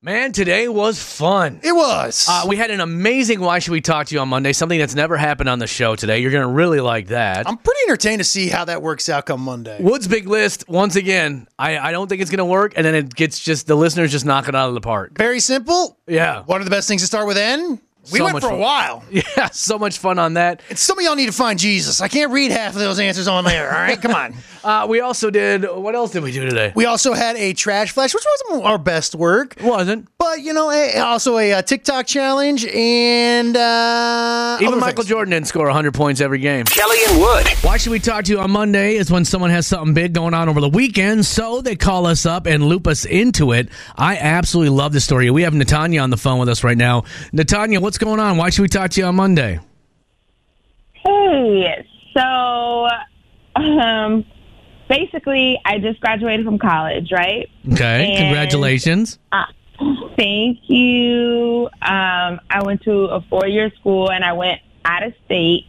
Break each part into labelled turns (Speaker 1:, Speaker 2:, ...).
Speaker 1: Man, today was fun.
Speaker 2: It was.
Speaker 1: Uh, we had an amazing Why Should We Talk to You on Monday, something that's never happened on the show today. You're going to really like that.
Speaker 2: I'm pretty entertained to see how that works out come Monday.
Speaker 1: Wood's big list, once again, I, I don't think it's going to work. And then it gets just, the listeners just knock it out of the park.
Speaker 2: Very simple.
Speaker 1: Yeah.
Speaker 2: One of the best things to start with N. We
Speaker 1: So
Speaker 2: went
Speaker 1: much
Speaker 2: for a
Speaker 1: fun.
Speaker 2: while.
Speaker 1: Yeah, so much fun on that.
Speaker 2: And some of y'all need to find Jesus. I can't read half of those answers on there. All right, come on.
Speaker 1: Uh, we also did, what else did we do today?
Speaker 2: We also had a trash flash, which wasn't our best work,
Speaker 1: wasn't.
Speaker 2: but you know, a, also a, uh TikTok challenge and uh,
Speaker 1: Even
Speaker 2: other
Speaker 1: Michael
Speaker 2: things.
Speaker 1: Jordan didn't score 100 points every game.
Speaker 3: Kelly and Wood.
Speaker 1: Why should we talk to you on Monday? Is when someone has something big going on over the weekend, so they call us up and loop us into it. I absolutely love this story. We have Natanya on the phone with us right now. Natanya, what's going on? Why should we talk to you on Monday?
Speaker 4: Hey, so um, basically, I just graduated from college, right?
Speaker 1: Okay,
Speaker 4: And-
Speaker 1: congratulations.
Speaker 4: Thank you. Um, I went to a four year school and I went out of state.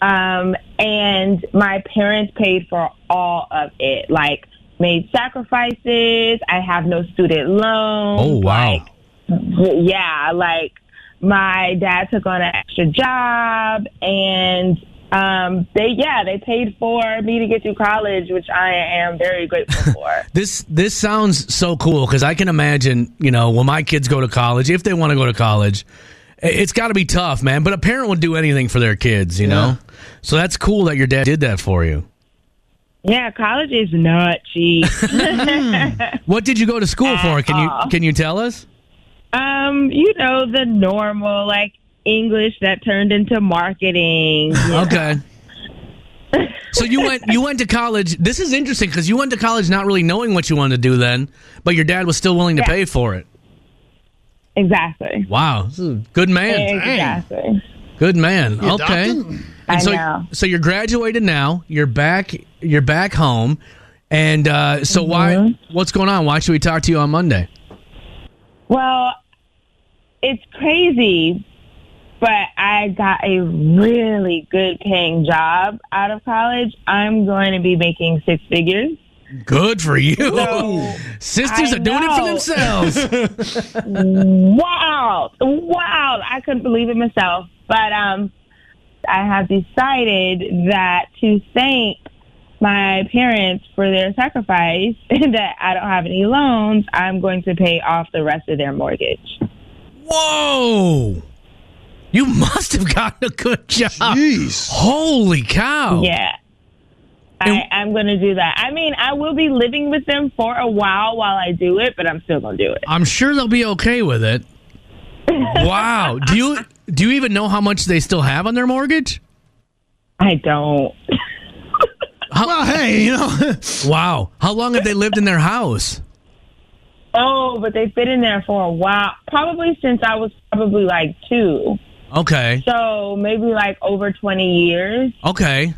Speaker 4: Um, and my parents paid for all of it, like made sacrifices. I have no student loans.
Speaker 1: Oh wow,
Speaker 4: Like, yeah, like my dad took on an extra job and um they yeah, they paid for me to get through college, which I am very grateful for.
Speaker 1: this this sounds so cool because I can imagine you know when my kids go to college if they want to go to college. i- It's got to be tough, man. But a parent would do anything for their kids, you know. So that's cool that your dad did that for you.
Speaker 4: yeah, college is not cheap.
Speaker 1: What did you go to school for? Can
Speaker 4: Uh-huh.
Speaker 1: you can you tell us?
Speaker 4: um, you know, the normal like English that turned into marketing.
Speaker 1: Okay. So you went you went to college. This is interesting because you went to college not really knowing what you wanted to do then, but your dad was still willing to
Speaker 4: Yeah.
Speaker 1: pay for it.
Speaker 4: exactly.
Speaker 1: Wow, this is a good man,
Speaker 4: Exactly.
Speaker 1: good man. Okay,
Speaker 2: adopted?
Speaker 4: I
Speaker 1: so
Speaker 4: know.
Speaker 1: so you're graduated now. You're back. You're back home, and uh, so why?
Speaker 4: Mm-hmm.
Speaker 1: What's going on? Why should we talk to you on Monday?
Speaker 4: Well, it's crazy, but I got a really good paying job out of college. I'm going to be making six figures.
Speaker 1: Good for you. Sisters
Speaker 4: I
Speaker 1: are doing it for
Speaker 4: know.
Speaker 1: themselves.
Speaker 4: Wow. Wow. I couldn't believe it myself. But um, I have decided that to thank my parents for their sacrifice and that I don't have any loans, I'm going to pay off the rest of their mortgage.
Speaker 1: Whoa. You must have gotten a good job.
Speaker 2: Jeez.
Speaker 1: Holy cow.
Speaker 4: Yeah.
Speaker 1: Oh. And-
Speaker 4: I, I'm going to do that. I mean, I will be living with them for a while while I do it, but I'm still going to do it.
Speaker 1: I'm sure they'll be okay with it. Wow. do you do you even know how much they still have on their mortgage?
Speaker 4: I don't.
Speaker 2: Well, hey, you know,
Speaker 1: Wow. How long have they lived in their house?
Speaker 4: Oh, but they've been in there for a while. Probably since I was probably like two.
Speaker 1: Okay.
Speaker 4: So maybe like over 20 years.
Speaker 1: Okay.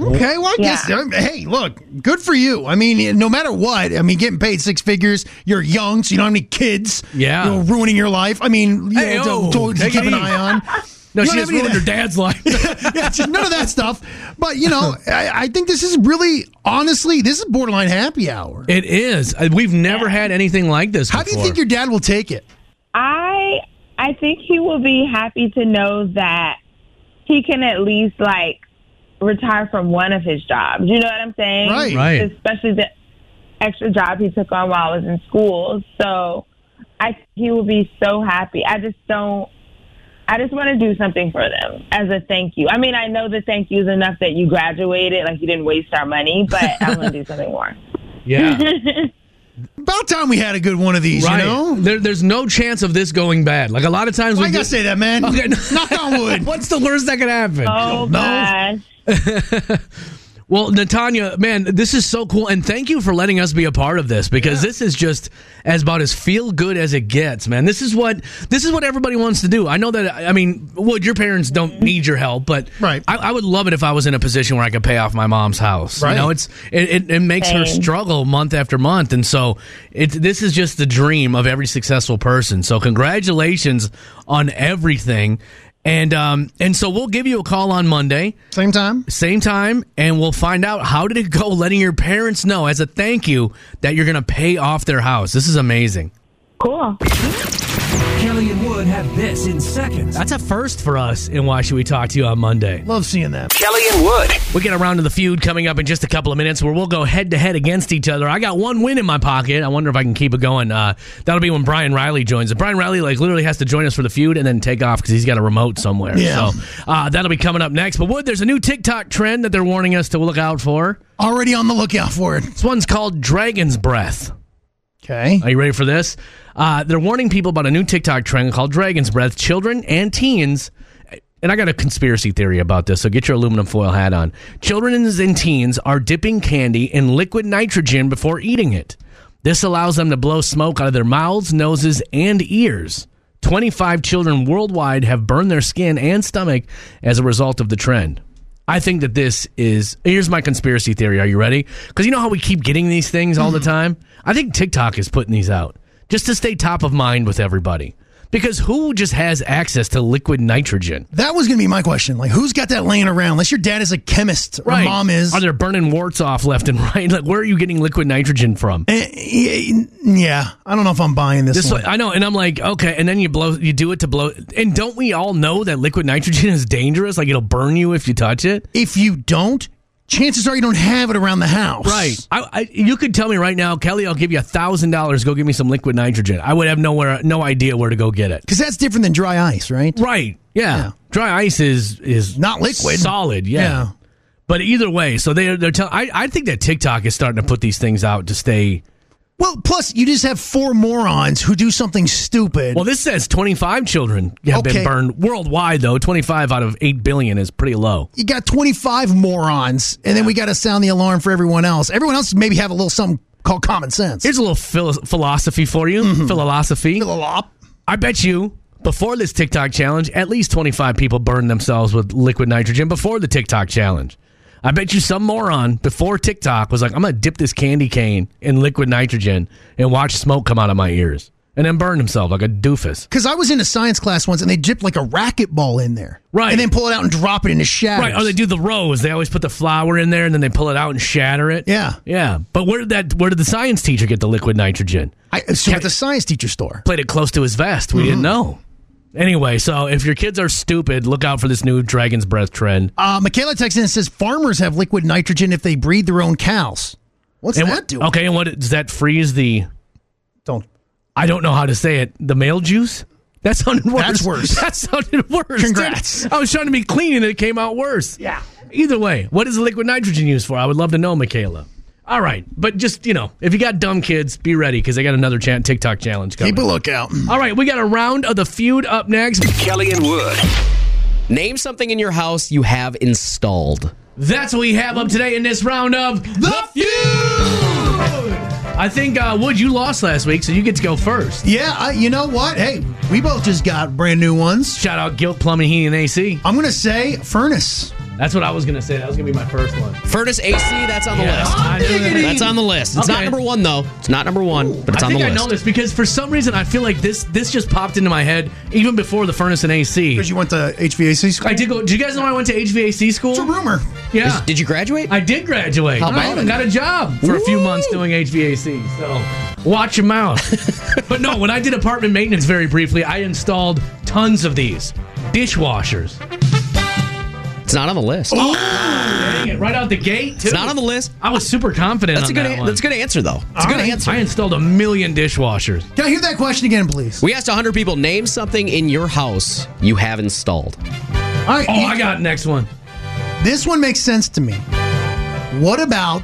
Speaker 2: okay. Well, I guess. uh,
Speaker 4: Yeah.
Speaker 2: Hey, look, good for you. I mean, no matter what, I mean, getting paid six figures. You're young, so you don't have any kids.
Speaker 1: Yeah.
Speaker 2: you know, ruining your life. I mean, you
Speaker 1: Hey,
Speaker 2: know,
Speaker 1: oh,
Speaker 2: to, to
Speaker 1: take it
Speaker 2: keep an
Speaker 1: easy.
Speaker 2: eye on.
Speaker 1: No,
Speaker 2: You
Speaker 1: she
Speaker 2: don't
Speaker 1: just
Speaker 2: have any of
Speaker 1: ruined
Speaker 2: that.
Speaker 1: her dad's life.
Speaker 2: yeah, it's just none of that stuff. But you know, I, I think this is really, honestly, this is borderline happy hour.
Speaker 1: it is. Uh, We've never had anything like this
Speaker 2: How do you
Speaker 1: before.
Speaker 2: think your dad will take it?
Speaker 4: I I think he will be happy to know that he can at least like retire from one of his jobs. You know what I'm saying?
Speaker 2: Right.
Speaker 1: Right.
Speaker 4: Especially the extra job he took on while I was in school. So I think he will be so happy. I just don't I just want to do something for them as a thank you. I mean, I know the thank you is enough that you graduated, like you didn't waste our money, but I want to do something more.
Speaker 1: yeah.
Speaker 2: About time we had a good one of these,
Speaker 1: Right.
Speaker 2: you know?
Speaker 1: There, there's no chance of this going bad. Like a lot of times
Speaker 2: Why
Speaker 1: we
Speaker 2: you gotta
Speaker 1: just,
Speaker 2: say that, man?
Speaker 1: Okay.
Speaker 2: Knock on wood.
Speaker 1: What's the worst that could happen?
Speaker 4: Oh gosh.
Speaker 1: Well, Natanya, man, this is so cool, and thank you for letting us be a part of this because this is just as about as feel good as it gets, man. This is what this is what everybody wants to do. I know that. I mean, would your parents don't need your help, but
Speaker 2: Right.
Speaker 1: I, I would love it if I was in a position where I could pay off my mom's house.
Speaker 2: Right.
Speaker 1: You know, it's it, it, it makes her
Speaker 4: Same.
Speaker 1: struggle month after month, and so it this is just the dream of every successful person. So congratulations on everything, and um and so we'll give you a call on Monday
Speaker 2: Same time.
Speaker 1: same time and we'll find out how did it go letting your parents know as a thank you that you're going to pay off their house this is amazing
Speaker 4: Cool.
Speaker 3: Kelly and Wood have this in seconds.
Speaker 1: That's a first for us. And why should we talk to you on Monday?
Speaker 2: Love seeing that.
Speaker 3: Kelly and Wood.
Speaker 1: We get around to the feud coming up in just a couple of minutes where we'll go head to head against each other. I got one win in my pocket. I wonder if I can keep it going. Uh, that'll be when Brian Riley joins. Brian Riley like literally has to join us for the feud and then take off because he's got a remote somewhere.
Speaker 2: Yeah.
Speaker 1: So uh, that'll be coming up next. But Wood, there's a new TikTok trend that they're warning us to look out for.
Speaker 2: Already on the lookout for it.
Speaker 1: This one's called Dragon's Breath.
Speaker 2: Okay.
Speaker 1: Are you ready for this? Uh, they're warning people about a new TikTok trend called Dragon's Breath. Children and teens, and I got a conspiracy theory about this, so get your aluminum foil hat on. Children and teens are dipping candy in liquid nitrogen before eating it. This allows them to blow smoke out of their mouths, noses, and ears. 25 children worldwide have burned their skin and stomach as a result of the trend. I think that this is. Here's my conspiracy theory. Are you ready? Because you know how we keep getting these things all the time? I think TikTok is putting these out just to stay top of mind with everybody. Because who just has access to liquid nitrogen?
Speaker 2: That was going to be my question. Like, who's got that laying around? Unless your dad is a chemist or mom is.
Speaker 1: Are they burning warts off left and right? Like, where are you getting liquid nitrogen from?
Speaker 2: Eh, eh, yeah. I don't know if I'm buying this,
Speaker 1: This,
Speaker 2: one.
Speaker 1: I know, and I'm like, okay, and then you blow, you do it to blow, and don't we all know that liquid nitrogen is dangerous? Like it'll burn you if you touch it.
Speaker 2: if you don't, chances are you don't have it around the house.
Speaker 1: I, I, you could tell me right now, Kelly, I'll give you a thousand dollars. Go give me some liquid nitrogen. I would have nowhere, no idea where to go get it.
Speaker 2: Because that's different than dry ice, right?
Speaker 1: Right. Yeah.
Speaker 2: Yeah.
Speaker 1: Dry ice is is
Speaker 2: Not liquid.
Speaker 1: solid. Yeah.
Speaker 2: Yeah.
Speaker 1: But either way, so they they're telling. I I think that TikTok is starting to put these things out to stay.
Speaker 2: Well, plus you just have four morons who do something stupid.
Speaker 1: Well, this says 25 children have
Speaker 2: Okay.
Speaker 1: been burned worldwide, though. 25 out of 8 billion is pretty low.
Speaker 2: you got 25 morons, and then we got to sound the alarm for everyone else. Everyone else maybe have a little something called common sense.
Speaker 1: Here's a little phil- philosophy for you.
Speaker 2: Mm-hmm.
Speaker 1: Philosophy.
Speaker 2: Philop.
Speaker 1: I bet you before this TikTok challenge, at least 25 people burned themselves with liquid nitrogen before the TikTok challenge. I bet you some moron before TikTok was like, I'm going to dip this candy cane in liquid nitrogen and watch smoke come out of my ears and then burn himself like a doofus.
Speaker 2: Because I was in a science class once, and they dipped like a racquetball in there,
Speaker 1: Right.
Speaker 2: and then pull it out and drop it into shadows.
Speaker 1: Right. Or they do the rose. They always put the flower in there and then they pull it out and shatter it.
Speaker 2: Yeah.
Speaker 1: Yeah. But where did that, where did the science teacher get the liquid nitrogen?
Speaker 2: I assume Uh, at the science teacher store.
Speaker 1: played it close to his vest. We
Speaker 2: Mm-hmm.
Speaker 1: didn't know. Anyway, so if your kids are stupid, look out for this new dragon's breath trend.
Speaker 2: Uh, Michaela texts in and says farmers have liquid nitrogen if they breed their own cows. Oh. What's
Speaker 1: And
Speaker 2: that
Speaker 1: what-
Speaker 2: do?
Speaker 1: Okay, and what does that freeze the?
Speaker 2: Don't.
Speaker 1: I don't know how to say it. The male juice. That sounded worse.
Speaker 2: That's worse.
Speaker 1: That sounded worse. dude.
Speaker 2: Congrats.
Speaker 1: I was trying to be clean and it came out worse.
Speaker 2: Yeah.
Speaker 1: Either way, what is the liquid nitrogen used for? I would love to know, Michaela. All right, but just you know, if you got dumb kids, be ready because they got another cha- TikTok challenge coming.
Speaker 2: Keep a lookout.
Speaker 1: All right, we got a round of the feud up next.
Speaker 3: Kelly and Wood.
Speaker 5: Name something in your house you have installed.
Speaker 1: That's what we have up today in this round of the feud. I think uh, Wood, you lost last week, so you get to go first.
Speaker 2: Yeah, I, you know what? Hey, we both just got brand new ones.
Speaker 1: Shout out Guilt Plumbing Heating and AC.
Speaker 2: I'm gonna say furnace.
Speaker 1: That's what I was gonna say. That was gonna be my first one.
Speaker 5: Furnace AC, that's on the
Speaker 1: Yeah.
Speaker 5: list.
Speaker 1: I knew that.
Speaker 5: That's on the list. It's not
Speaker 1: Okay.
Speaker 5: number one though. It's not number one, but it's
Speaker 1: I
Speaker 5: on
Speaker 1: think
Speaker 5: the
Speaker 1: I
Speaker 5: list.
Speaker 1: know this because for some reason I feel like this this just popped into my head even before the furnace and AC.
Speaker 2: Because you went to HVAC school.
Speaker 1: I did go. Do you guys know I went to HVAC school?
Speaker 2: It's a rumor.
Speaker 1: Yeah,
Speaker 5: Did you graduate?
Speaker 1: I did graduate.
Speaker 5: How
Speaker 1: I
Speaker 5: about
Speaker 1: even
Speaker 5: it?
Speaker 1: got a job for a few
Speaker 5: Woo!
Speaker 1: months doing HVAC. So watch your mouth. but no, when I did apartment maintenance very briefly, I installed tons of these dishwashers.
Speaker 5: it's not on the list.
Speaker 1: Oh. Dang it, right out the gate. Too.
Speaker 5: it's not on the list.
Speaker 1: I was super confident.
Speaker 5: That's a
Speaker 1: on
Speaker 5: good
Speaker 1: that
Speaker 5: an-
Speaker 1: one.
Speaker 5: that's a good answer though. It's
Speaker 1: All
Speaker 5: a good
Speaker 1: right.
Speaker 5: answer.
Speaker 1: I installed a million dishwashers.
Speaker 2: Can I hear that question again, please?
Speaker 5: We asked 100 people name something in your house you have installed.
Speaker 2: All right.
Speaker 1: Oh,
Speaker 2: you-
Speaker 1: I got next one.
Speaker 2: This one makes sense to me. What about,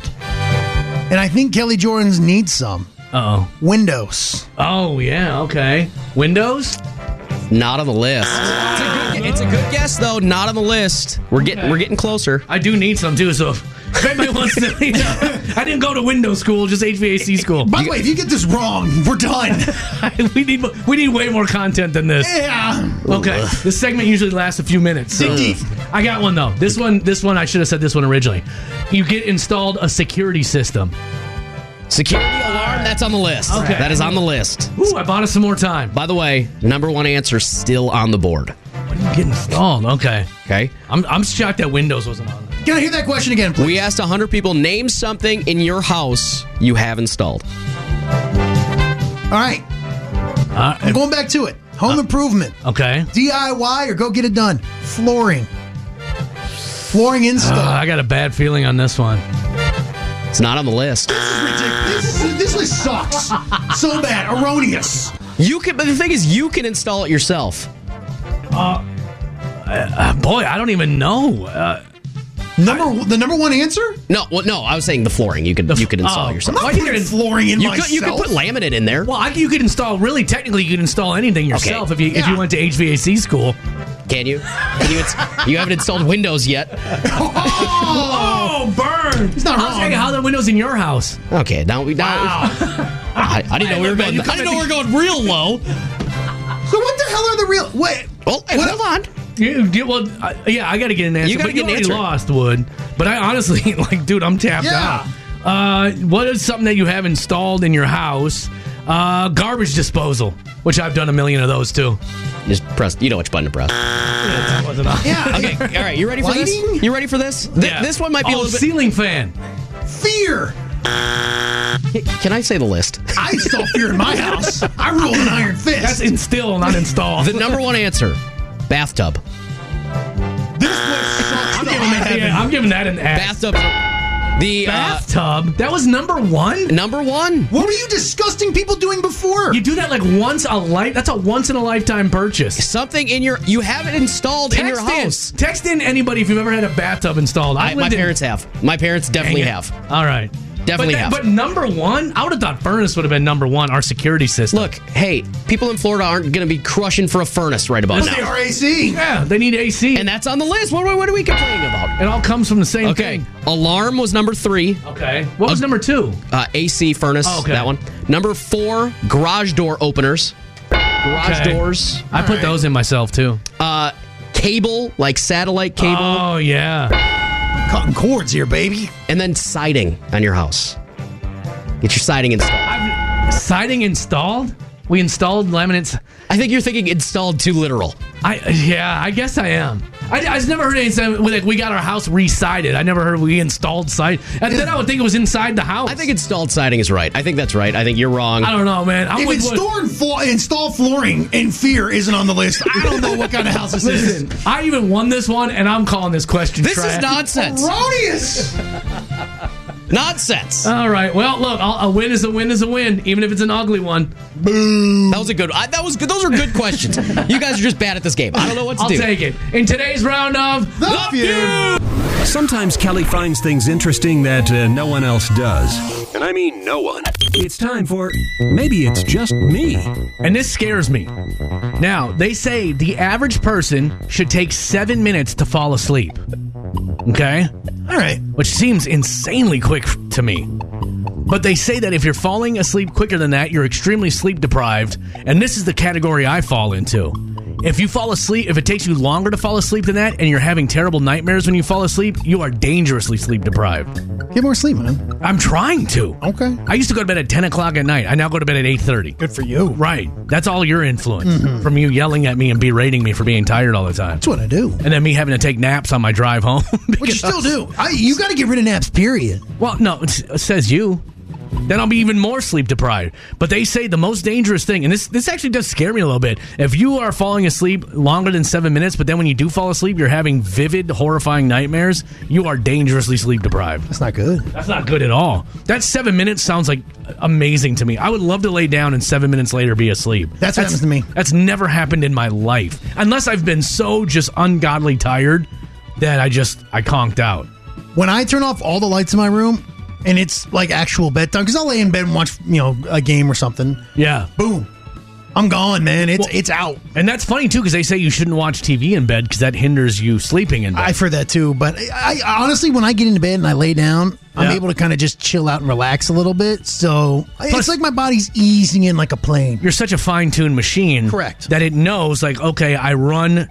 Speaker 2: and I think Kelly Jordan's needs some,
Speaker 1: Uh oh.
Speaker 2: Windows.
Speaker 1: Oh yeah. Okay. Windows.
Speaker 5: Not on the list. It's a good, it's a good guess though. Not on the list. We're getting we're getting closer.
Speaker 1: I do need some too. So if anybody wants to, you know, I didn't go to window school, just HVAC school.
Speaker 2: By the way, if you get this wrong, we're done.
Speaker 1: we need we need way more content than this.
Speaker 2: yeah.
Speaker 1: Okay, this segment usually lasts a few minutes. so-
Speaker 2: Dig deep.
Speaker 1: I got one though. This one, this one, I should have said this one originally. You get installed a security system.
Speaker 5: Security alarm. That's on the list.
Speaker 1: Okay.
Speaker 5: That is on the list.
Speaker 1: Ooh, I bought us some more time.
Speaker 5: By the way, number one answer still on the board.
Speaker 1: What do you get installed? Okay,
Speaker 5: Okay.
Speaker 1: I'm I'm shocked that Windows wasn't on. there.
Speaker 2: Can I hear that question again, please?
Speaker 5: We asked 100 people name something in your house you have installed.
Speaker 2: All right. I'm going back to it. Home improvement,
Speaker 1: Okay.
Speaker 2: DIY, or go get it done. Flooring, flooring install.
Speaker 1: Uh, I got a bad feeling on this one.
Speaker 5: It's not on the list.
Speaker 2: This, this list sucks so bad, erroneous.
Speaker 5: You can, but the thing is, you can install it yourself.
Speaker 1: Uh, boy, I don't even know. Uh,
Speaker 2: Number one- the number one answer.
Speaker 5: No, well, no, I was saying the flooring. You could you could install
Speaker 1: oh,
Speaker 5: yourself.
Speaker 1: I'm not
Speaker 2: putting flooring in
Speaker 5: you
Speaker 2: myself.
Speaker 5: could you could put laminate in there.
Speaker 1: well, I, you could install. Really, technically, you could install anything yourself if you if you
Speaker 2: Yeah.
Speaker 1: went to HVAC school.
Speaker 5: Can you? Can you, ins- you haven't installed Windows yet.
Speaker 1: Oh, burn! He's
Speaker 2: not
Speaker 1: I was
Speaker 2: wrong.
Speaker 1: thinking, how the windows in your house?
Speaker 5: Okay, now we now. I, I didn't know we were
Speaker 1: Wait a minute,
Speaker 5: going.
Speaker 1: you
Speaker 5: I didn't know we
Speaker 1: come
Speaker 5: were going real low.
Speaker 2: So what the hell are the real? Wait,
Speaker 5: Well, hey,
Speaker 2: What-
Speaker 5: hold on.
Speaker 1: You, you- well, I, yeah, I gotta get an answer.
Speaker 5: You gotta
Speaker 1: but
Speaker 5: get an
Speaker 1: already
Speaker 5: answer.
Speaker 1: Lost would, but I honestly like, dude, I'm tapped
Speaker 2: Yeah.
Speaker 1: out. Uh, what is something that you have installed in your house? Uh, garbage disposal, which I've done a million of those too.
Speaker 5: Just press. You know which button to press. Ah.
Speaker 1: That wasn't on.
Speaker 2: yeah,
Speaker 5: Okay, all right. You ready for this?
Speaker 2: Lighting?
Speaker 5: You ready for this? Th-
Speaker 1: Yeah.
Speaker 5: This one might be
Speaker 1: oh,
Speaker 5: a little bit.
Speaker 1: ceiling fan.
Speaker 2: fear.
Speaker 5: Can I say the list?
Speaker 2: I install fear in my house. I rule with an iron fist.
Speaker 1: That's instill, not install.
Speaker 5: The number one answer: bathtub.
Speaker 2: this list sucks. I'm giving it
Speaker 1: yeah, I'm giving that an F.
Speaker 5: Bathtub. The uh,
Speaker 1: Bathtub. That was number one.
Speaker 5: number one.
Speaker 2: What were you disgusting people doing before?
Speaker 1: You do that like once a life. That's a once in a lifetime purchase.
Speaker 5: Something in your you have it installed in your house.
Speaker 1: in. Text in anybody if you've ever had a bathtub installed.
Speaker 5: I, my
Speaker 1: lived in-
Speaker 5: parents have. My parents
Speaker 1: Dang
Speaker 5: definitely
Speaker 1: it.
Speaker 5: have.
Speaker 1: All right.
Speaker 5: Definitely
Speaker 1: but
Speaker 5: have.
Speaker 1: But number one, I would have thought furnace would have been number one. Our security system.
Speaker 5: Look, hey, people in Florida aren't going to be crushing for a furnace right about
Speaker 2: the
Speaker 5: now.
Speaker 2: RAC.
Speaker 1: yeah, they need AC,
Speaker 5: And that's on the list. What, what are we complaining about?
Speaker 1: it all comes from the same
Speaker 5: Okay,
Speaker 1: thing.
Speaker 5: alarm was number three.
Speaker 1: Okay. What was number two?
Speaker 5: Uh, AC furnace,
Speaker 1: Okay.
Speaker 5: that one. Number four, garage door openers. Garage
Speaker 1: Okay.
Speaker 5: doors.
Speaker 1: I put those in myself too.
Speaker 5: Uh, cable, like satellite cable.
Speaker 1: Oh yeah.
Speaker 2: Cutting cords here, baby.
Speaker 5: and then siding on your house. Get your siding installed.
Speaker 1: I've, siding installed. We installed laminates.
Speaker 5: I think you're thinking installed too literal.
Speaker 1: I yeah, I guess I am. I, I just never heard anything like we got our house resided. I never heard we installed site. And then I would think it was inside the house.
Speaker 5: I think installed siding is right. I think that's right. I think you're wrong.
Speaker 1: I don't know, man. I'm
Speaker 2: If
Speaker 1: with what-
Speaker 2: install, flo- install flooring in fear isn't on the list, I don't know what kind of house this
Speaker 1: Listen, I even won this one, and I'm calling this question.
Speaker 5: This
Speaker 1: trash.
Speaker 5: is nonsense.
Speaker 2: is. Erroneous.
Speaker 5: Nonsense.
Speaker 1: All right. Well, look, I'll, a win is a win is a win, even if it's an ugly one.
Speaker 5: That was a good. I, that was good. Those are good questions. you guys are just bad at this game. I don't know what to
Speaker 1: I'll
Speaker 5: do.
Speaker 1: take it. In today's round of
Speaker 2: The feud.
Speaker 3: Sometimes Kelly finds things interesting that uh, no one else does. And I mean no one. It's time for Maybe It's Just Me.
Speaker 1: And this scares me. Now, they say the average person should take seven minutes to fall asleep. Okay?
Speaker 2: All right.
Speaker 1: Which seems insanely quick to me. But they say that if you're falling asleep quicker than that, you're extremely sleep deprived. And this is the category I fall into. If you fall asleep, if it takes you longer to fall asleep than that, and you're having terrible nightmares when you fall asleep, you are dangerously sleep deprived.
Speaker 2: Get more sleep, man.
Speaker 1: I'm trying to.
Speaker 2: Okay.
Speaker 1: I used to go to bed at 10 o'clock at night. I now go to bed at 8.30.
Speaker 2: Good for you.
Speaker 1: Right. That's all your influence from you yelling at me and berating me for being tired all the time.
Speaker 2: Mm-hmm. That's what I do.
Speaker 1: And then me having to take naps on my drive home.
Speaker 2: What you still do? I, you got to get rid of naps. Period.
Speaker 1: well, no, it's, it says you. Then I'll be even more sleep deprived. But they say the most dangerous thing, and this this actually does scare me a little bit. If you are falling asleep longer than seven minutes, but then when you do fall asleep, you're having vivid, horrifying nightmares. You are dangerously sleep deprived.
Speaker 2: That's not good.
Speaker 1: That's not good at all. That seven minutes sounds like amazing to me. I would love to lay down and seven minutes later be asleep.
Speaker 2: That's what happens to me.
Speaker 1: That's never happened in my life, unless I've been so just ungodly tired that I just I conked out.
Speaker 2: when I turn off all the lights in my room and it's like actual bedtime, because I'll lay in bed and watch, you know, a game or something.
Speaker 1: Yeah,
Speaker 2: Boom. I'm gone, man. It's
Speaker 1: Well-
Speaker 2: it's out.
Speaker 1: and that's funny too because they say you shouldn't watch TV in bed because that hinders you sleeping in bed.
Speaker 2: I've heard that too, but I, I honestly, when I get into bed and I lay down, I'm
Speaker 1: Yeah.
Speaker 2: able to kind of just chill out and relax a little bit. So
Speaker 1: Plus-
Speaker 2: it's like my body's easing in like a plane.
Speaker 1: You're such a fine tuned machine,
Speaker 2: Correct.
Speaker 1: That it knows like okay, I run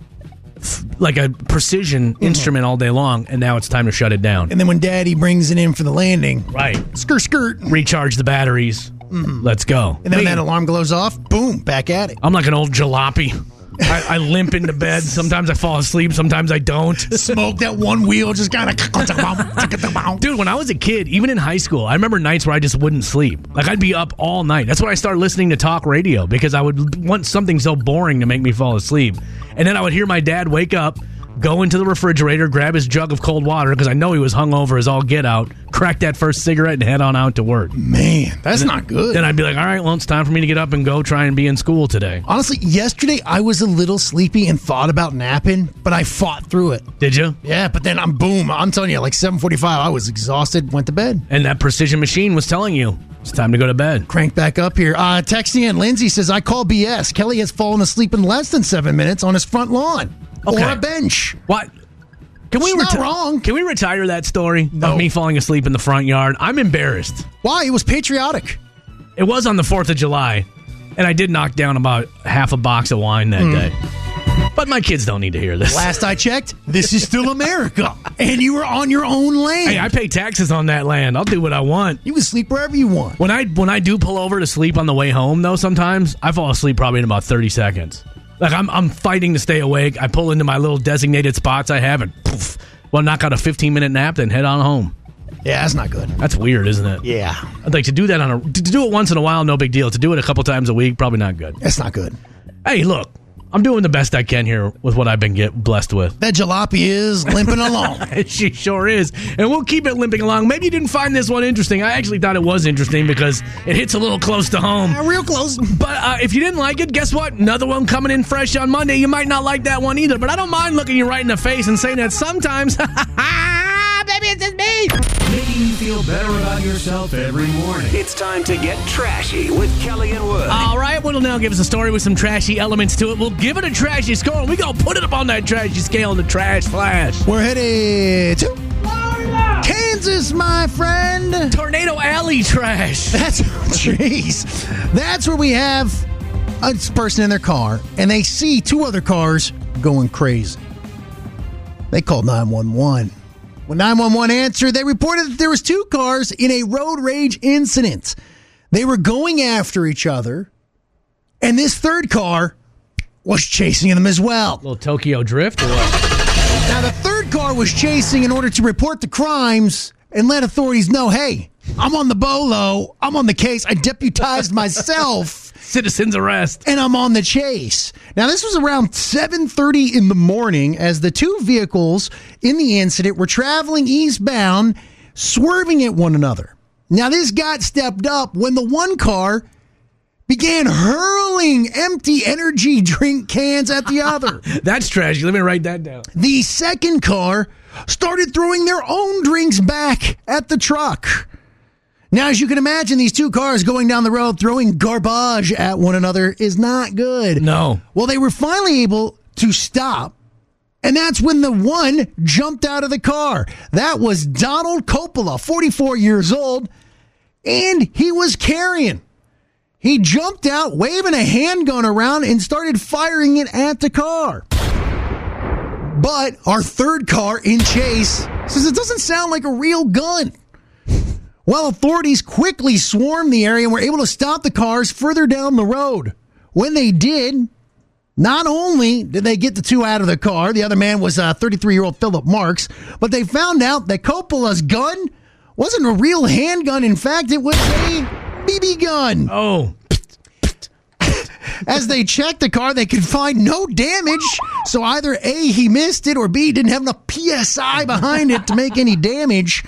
Speaker 1: f- like a precision instrument all day long, and now it's time to shut it down.
Speaker 2: Mm-hmm. And then when Daddy brings it in for the landing,
Speaker 1: Right,
Speaker 2: skirt skirt, and
Speaker 1: recharge the
Speaker 2: Mm-hmm.
Speaker 1: batteries. Let's go.
Speaker 2: then when that alarm goes off, boom, back at it.
Speaker 1: I'm like an old jalopy. I, I limp into bed. Sometimes I fall asleep. Sometimes I don't.
Speaker 2: Smoke that one wheel, just kind of.
Speaker 1: Dude, when I was a kid, even in high school, I remember nights where I just wouldn't sleep. Like I'd be up all night. That's when I started listening to talk radio because I would want something so boring to make me fall asleep. And then I would hear my dad wake up, go into the refrigerator, grab his jug of cold water because I know he was hungover as all get out, crack that first cigarette, and head on out to work.
Speaker 2: Man, that's not good.
Speaker 1: Then I'd be like, all right, well, it's time for me to get up and go try and be in school today.
Speaker 2: Honestly, yesterday I was a little sleepy and thought about napping, but I fought through it.
Speaker 1: Did you?
Speaker 2: Yeah, but then I'm boom. I'm telling you, like 7:45, I was exhausted. Went to bed.
Speaker 1: And that precision machine was telling you it's time to go to bed.
Speaker 2: Crank back up here. Uh, texting in, Lindsay says I call BS. Kelly has fallen asleep in less than seven minutes on his front lawn
Speaker 1: Okay.
Speaker 2: or a bench.
Speaker 1: What? Can we
Speaker 2: It's not
Speaker 1: reti-
Speaker 2: wrong.
Speaker 1: Can we retire that story
Speaker 2: No.
Speaker 1: of me falling asleep in the front yard? I'm embarrassed.
Speaker 2: Why? It was patriotic.
Speaker 1: It was on the Fourth of July, and I did knock down about half a box of wine that
Speaker 2: Hmm.
Speaker 1: day. But my kids don't need to hear this.
Speaker 2: Last I checked, this is still America, and you were on your own lane.
Speaker 1: hey, I pay taxes on that land. I'll do what I want.
Speaker 2: you can sleep wherever you want.
Speaker 1: When I when I do pull over to sleep on the way home, though, sometimes I fall asleep probably in about thirty seconds. Like I'm I'm fighting to stay awake. I pull into my little designated spots I have, and poof, well, knock out a fifteen minute nap, then head on home.
Speaker 2: Yeah, that's not good.
Speaker 1: That's weird, isn't it?
Speaker 2: Yeah,
Speaker 1: I'd like to do that on a to do it once in a while, no big deal. To do it a couple times a week, probably not good.
Speaker 2: that's not good.
Speaker 1: Hey, look, I'm doing the best I can here with what I've been get blessed with.
Speaker 2: That jalopy is limping along.
Speaker 1: She sure is, and we'll keep it limping along. Maybe you didn't find this one interesting. I actually thought it was interesting because it hits a little close to home.
Speaker 2: Yeah, real close.
Speaker 1: But uh, if you didn't like it, guess what? Another one coming in fresh on Monday. You might not like that one either, but I don't mind looking you right in the face and saying that sometimes. Maybe it's just me.
Speaker 3: Making you feel better about yourself every morning. It's time to get trashy with Kelly and Wood.
Speaker 1: All right, Whittle now give us a story with some trashy elements to it. We'll give it a trashy score, and we gonna put it up on that trashy scale in the trash flash.
Speaker 2: We're headed to Kansas, my friend.
Speaker 1: Tornado Alley trash.
Speaker 2: That's jeez. That's where we have a person in their car, and they see two other cars going crazy. They called 911. When 911 answered, they reported that there was two cars in a road rage incident. They were going after each other, and this third car was chasing them as well.
Speaker 1: Little Tokyo Drift or what?
Speaker 2: Now, the third car was chasing in order to report the crimes and let authorities know hey, I'm on the bolo, I'm on the case, I deputized myself,
Speaker 1: Citizen's arrest.
Speaker 2: and I'm on the chase. Now, this was around 7.30 in the morning as the two vehicles in the incident were traveling eastbound, swerving at one another. Now, this got stepped up when the one car began hurling empty energy drink cans at the other.
Speaker 1: That's trashy. Let me write that down.
Speaker 2: The second car started throwing their own drinks back at the truck. Now, as you can imagine, these two cars going down the road throwing garbage at one another is not good.
Speaker 1: No.
Speaker 2: Well, they were finally able to stop, and that's when the one jumped out of the car. That was Donald Coppola, 44 years old, and he was carrying. He jumped out, waving a handgun around, and started firing it at the car. But our third car in chase says it doesn't sound like a real gun. Well, authorities quickly swarmed the area and were able to stop the cars further down the road. When they did, not only did they get the two out of the car, the other man was 33 year old Philip Marks, but they found out that Coppola's gun wasn't a real handgun. In fact, it was a BB gun.
Speaker 1: Oh,
Speaker 2: As they checked the car, they could find no damage. So either A, he missed it, or B, didn't have enough PSI behind it to make any damage.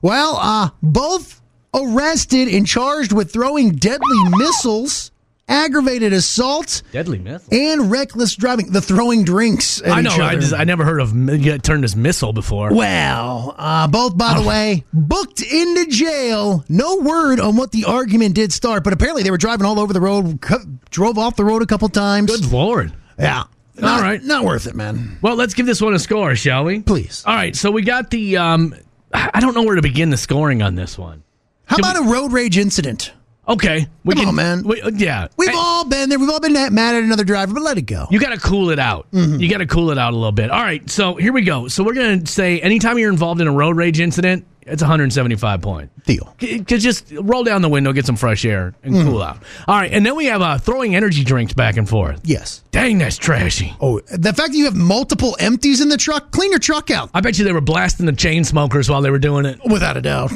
Speaker 2: Well, uh, both arrested and charged with throwing deadly missiles, aggravated assault,
Speaker 1: deadly myth.
Speaker 2: and reckless driving. The throwing drinks at
Speaker 1: I know.
Speaker 2: each other.
Speaker 1: I just I never heard of mi- get turned as missile before.
Speaker 2: Well, uh, both, by
Speaker 1: Oh.
Speaker 2: the way, booked into jail. No word on what the argument did start, but apparently they were driving all over the road, cu- drove off the road a couple times.
Speaker 1: Good lord.
Speaker 2: Yeah.
Speaker 1: All right.
Speaker 2: Not worth it, man.
Speaker 1: Well, let's give this one a score, shall we?
Speaker 2: Please.
Speaker 1: All right. So we got the um. I don't know where to begin the scoring on this one.
Speaker 2: How
Speaker 1: Did
Speaker 2: about a road rage incident?
Speaker 1: Okay. We
Speaker 2: Come on, man.
Speaker 1: We, uh, yeah.
Speaker 2: We've
Speaker 1: Hey,
Speaker 2: all been there. We've all been that mad at another driver, but let it go.
Speaker 1: You got to cool it out.
Speaker 2: Mm-hmm.
Speaker 1: You got to cool it out a little bit. All right, so here we go. So we're going to say anytime you're involved in a road rage incident, It's 175 point.
Speaker 2: Deal.
Speaker 1: C- c- just roll down the window, get some fresh air, and cool out. All right, and then we have uh, throwing energy drinks back and forth.
Speaker 2: Yes.
Speaker 1: Dang, that's trashy.
Speaker 2: Oh, the fact that you have multiple empties in the truck, clean your truck out.
Speaker 1: I bet you they were blasting the chain smokers while they were doing it.
Speaker 2: Without a doubt.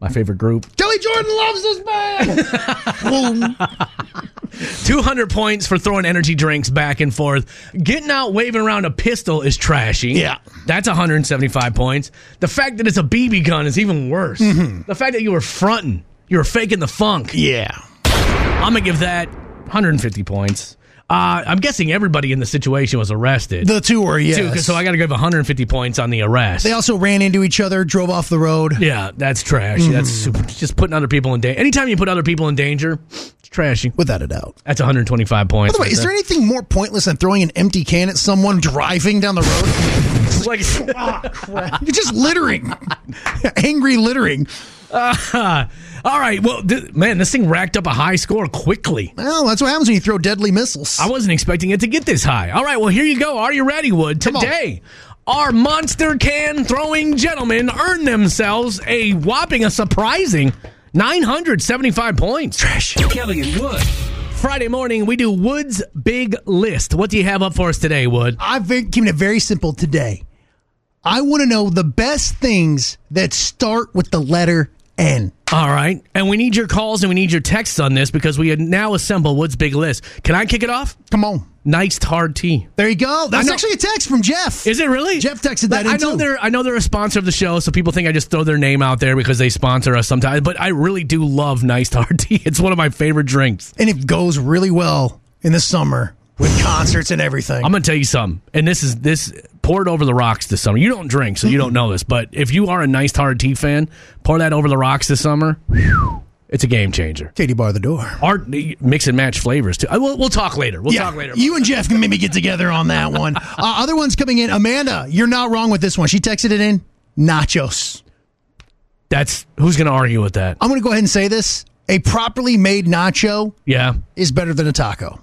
Speaker 1: My favorite group.
Speaker 2: Kelly Jordan loves this man. well,
Speaker 1: 200 points for throwing energy drinks back and forth. Getting out waving around a pistol is trashy.
Speaker 2: Yeah.
Speaker 1: That's 175 points. The fact that it's a BB gun is even worse. The fact that you were fronting, you were faking the funk.
Speaker 2: yeah.
Speaker 1: I'm going to give that 150 points. Uh, I'm guessing everybody in the situation was arrested.
Speaker 2: The two were, yes.
Speaker 1: too, 'cause- so I got to give 150 points on the arrest.
Speaker 2: they also ran into each other, drove off the road.
Speaker 1: yeah, that's trash.
Speaker 2: Mm-hmm.
Speaker 1: That's super, just putting other people in danger. Anytime you put other people in danger, it's trashy.
Speaker 2: Without a doubt.
Speaker 1: That's 125 points.
Speaker 2: By the way, is there anything more pointless than throwing an empty can at someone driving down the road?
Speaker 1: like,
Speaker 2: You're just littering. Angry littering.
Speaker 1: Ah, all right. Well, th- man, this thing racked up a high score quickly.
Speaker 2: Well, that's what happens when you throw deadly missiles.
Speaker 1: I wasn't expecting it to get this high. All right. Well, here you go. Are you ready, Wood?
Speaker 2: on.
Speaker 1: Today, our monster can throwing gentlemen earned themselves a whopping, a surprising 975 points. Trash.
Speaker 3: Kelly and Wood.
Speaker 1: Friday morning, we do Wood's big list. What do you have up for us today, Wood?
Speaker 2: I've been keeping it very simple today. I want to know the best things that start with the letter N.
Speaker 1: All right. And we need your calls and we need your texts on this because we now assemble Wood's big list. Can I kick it off?
Speaker 2: Come on.
Speaker 1: Nice hard tea.
Speaker 2: There you go. That's
Speaker 1: know-
Speaker 2: actually a text from Jeff.
Speaker 1: Is it really?
Speaker 2: Jeff texted
Speaker 1: Like,
Speaker 2: that in
Speaker 1: I know
Speaker 2: too.
Speaker 1: they're I know they're a sponsor of the show, so people think I just throw their name out there because they sponsor us sometimes. But I really do love nice hard tea. It's one of my favorite drinks.
Speaker 2: and it goes really well in the summer with concerts and everything.
Speaker 1: I'm gonna tell you something, and this is this poured over the rocks this summer. You don't drink, so you don't know this, but if you are a nice hard tea fan, pour that over the rocks this summer. whew, it's a game changer.
Speaker 2: Katie bar the door.
Speaker 1: Art mix and match flavors too. I, we'll, we'll talk later. We'll talk later.
Speaker 2: you and Jeff can maybe get together on that one. Uh, other ones coming in. Amanda, you're not wrong with this one. She texted it in. Nachos.
Speaker 1: That's who's gonna argue with that?
Speaker 2: I'm going to go ahead and say this: a properly made nacho
Speaker 1: Yeah.
Speaker 2: is better than a taco.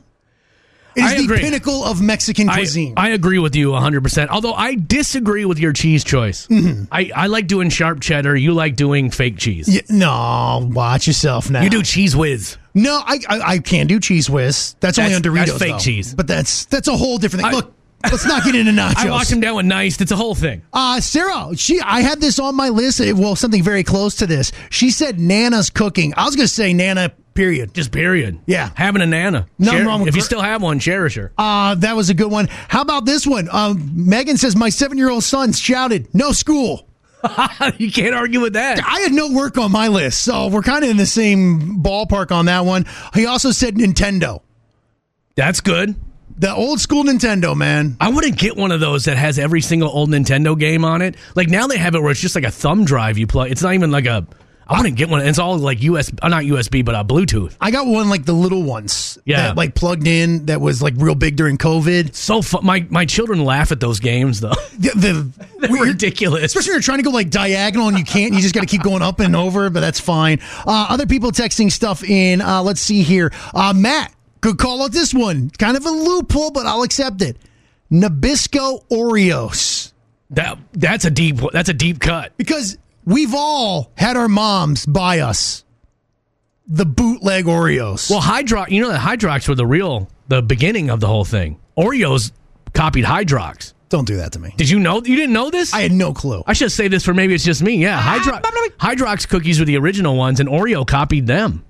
Speaker 2: It is
Speaker 1: I
Speaker 2: the
Speaker 1: agree.
Speaker 2: pinnacle of Mexican
Speaker 1: I-
Speaker 2: cuisine.
Speaker 1: I, agree with you 100%. Although I disagree with your cheese choice.
Speaker 2: Mm-hmm.
Speaker 1: I, I like doing sharp cheddar. You like doing fake cheese.
Speaker 2: Y- no, watch yourself now.
Speaker 1: You do cheese whiz.
Speaker 2: No, I I, I can do cheese whiz. That's, only on
Speaker 1: That's-
Speaker 2: Doritos.
Speaker 1: that's fake
Speaker 2: though.
Speaker 1: cheese.
Speaker 2: but that's that's a whole different thing.
Speaker 1: I-
Speaker 2: Look, let's not get into nachos.
Speaker 1: I wash them down with nice. It's a whole thing.
Speaker 2: Uh, Sarah, she I had this on my list. It, well, something very close to this. She said Nana's cooking. I was going to say Nana. Period.
Speaker 1: Just period.
Speaker 2: Yeah.
Speaker 1: Having a nana.
Speaker 2: Nothing wrong with
Speaker 1: If you
Speaker 2: gr-
Speaker 1: still have one, cherish her.
Speaker 2: Uh, that was a good one. How about this one? Um, Megan says my seven-year-old son shouted, "No school."
Speaker 1: you can't argue with that.
Speaker 2: I had no work on my list, so we're kind of in the same ballpark on that one. He also said Nintendo,
Speaker 1: That's good.
Speaker 2: the old school Nintendo man.
Speaker 1: I wouldn't get one of those that has every single old Nintendo game on it. Like now they have it where it's just like a thumb drive you plug. It's not even like a. I wouldn't get one. It's all like USB, uh, not USB, but uh, Bluetooth.
Speaker 2: I got one like the little ones,
Speaker 1: Yeah.
Speaker 2: that, like plugged in that was like real big during COVID.
Speaker 1: So fun. My my children laugh at those games though.
Speaker 2: The, the
Speaker 1: They're ridiculous.
Speaker 2: Especially when you're trying to go like diagonal and you can't, you just got to keep going up and over, but that's fine. Uh, other people texting stuff in. Uh, let's see here. Uh, Matt, good call out this one. Kind of a loophole, but I'll accept it. Nabisco Oreos.
Speaker 1: That that's a deep that's a deep cut.
Speaker 2: Because we've all had our moms buy us the bootleg Oreos.
Speaker 1: Well, Hydrox, you know that Hydrox were the real the beginning of the whole thing. Oreos copied Hydrox.
Speaker 2: don't do that to me.
Speaker 1: Did you know? You didn't know this?
Speaker 2: I had no clue.
Speaker 1: I should say this for maybe it's just me.
Speaker 2: Ah,
Speaker 1: Yeah, Hydrox Hydrox cookies were the original ones, and Oreo copied them.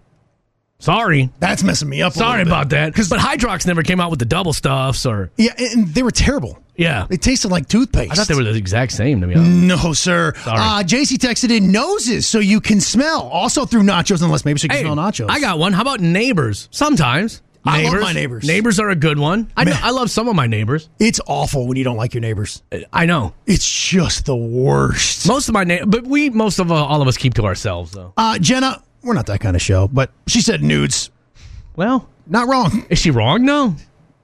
Speaker 1: Sorry,
Speaker 2: That's messing me up. a
Speaker 1: sorry
Speaker 2: little bit.
Speaker 1: about that. But Hydrox never came out with the double stuffs or
Speaker 2: Yeah, and they were terrible.
Speaker 1: yeah.
Speaker 2: They tasted like toothpaste.
Speaker 1: I thought they were the exact same to be honest.
Speaker 2: No, sir. Uh, JC texted in noses so you can smell. Also through nachos, unless maybe she can
Speaker 1: Hey,
Speaker 2: Mm, smell nachos.
Speaker 1: I got one. How about neighbors? Sometimes.
Speaker 2: I love my neighbors.
Speaker 1: Neighbors are a good one. I know,
Speaker 2: Man.
Speaker 1: I love some of my neighbors.
Speaker 2: It's awful when you don't like your neighbors.
Speaker 1: I know.
Speaker 2: It's just the worst.
Speaker 1: Most of my name, but we most of uh, all of us keep to ourselves though.
Speaker 2: Uh, Jenna, we're not that kind of show, but she said nudes.
Speaker 1: Well,
Speaker 2: Not wrong.
Speaker 1: is she wrong? No.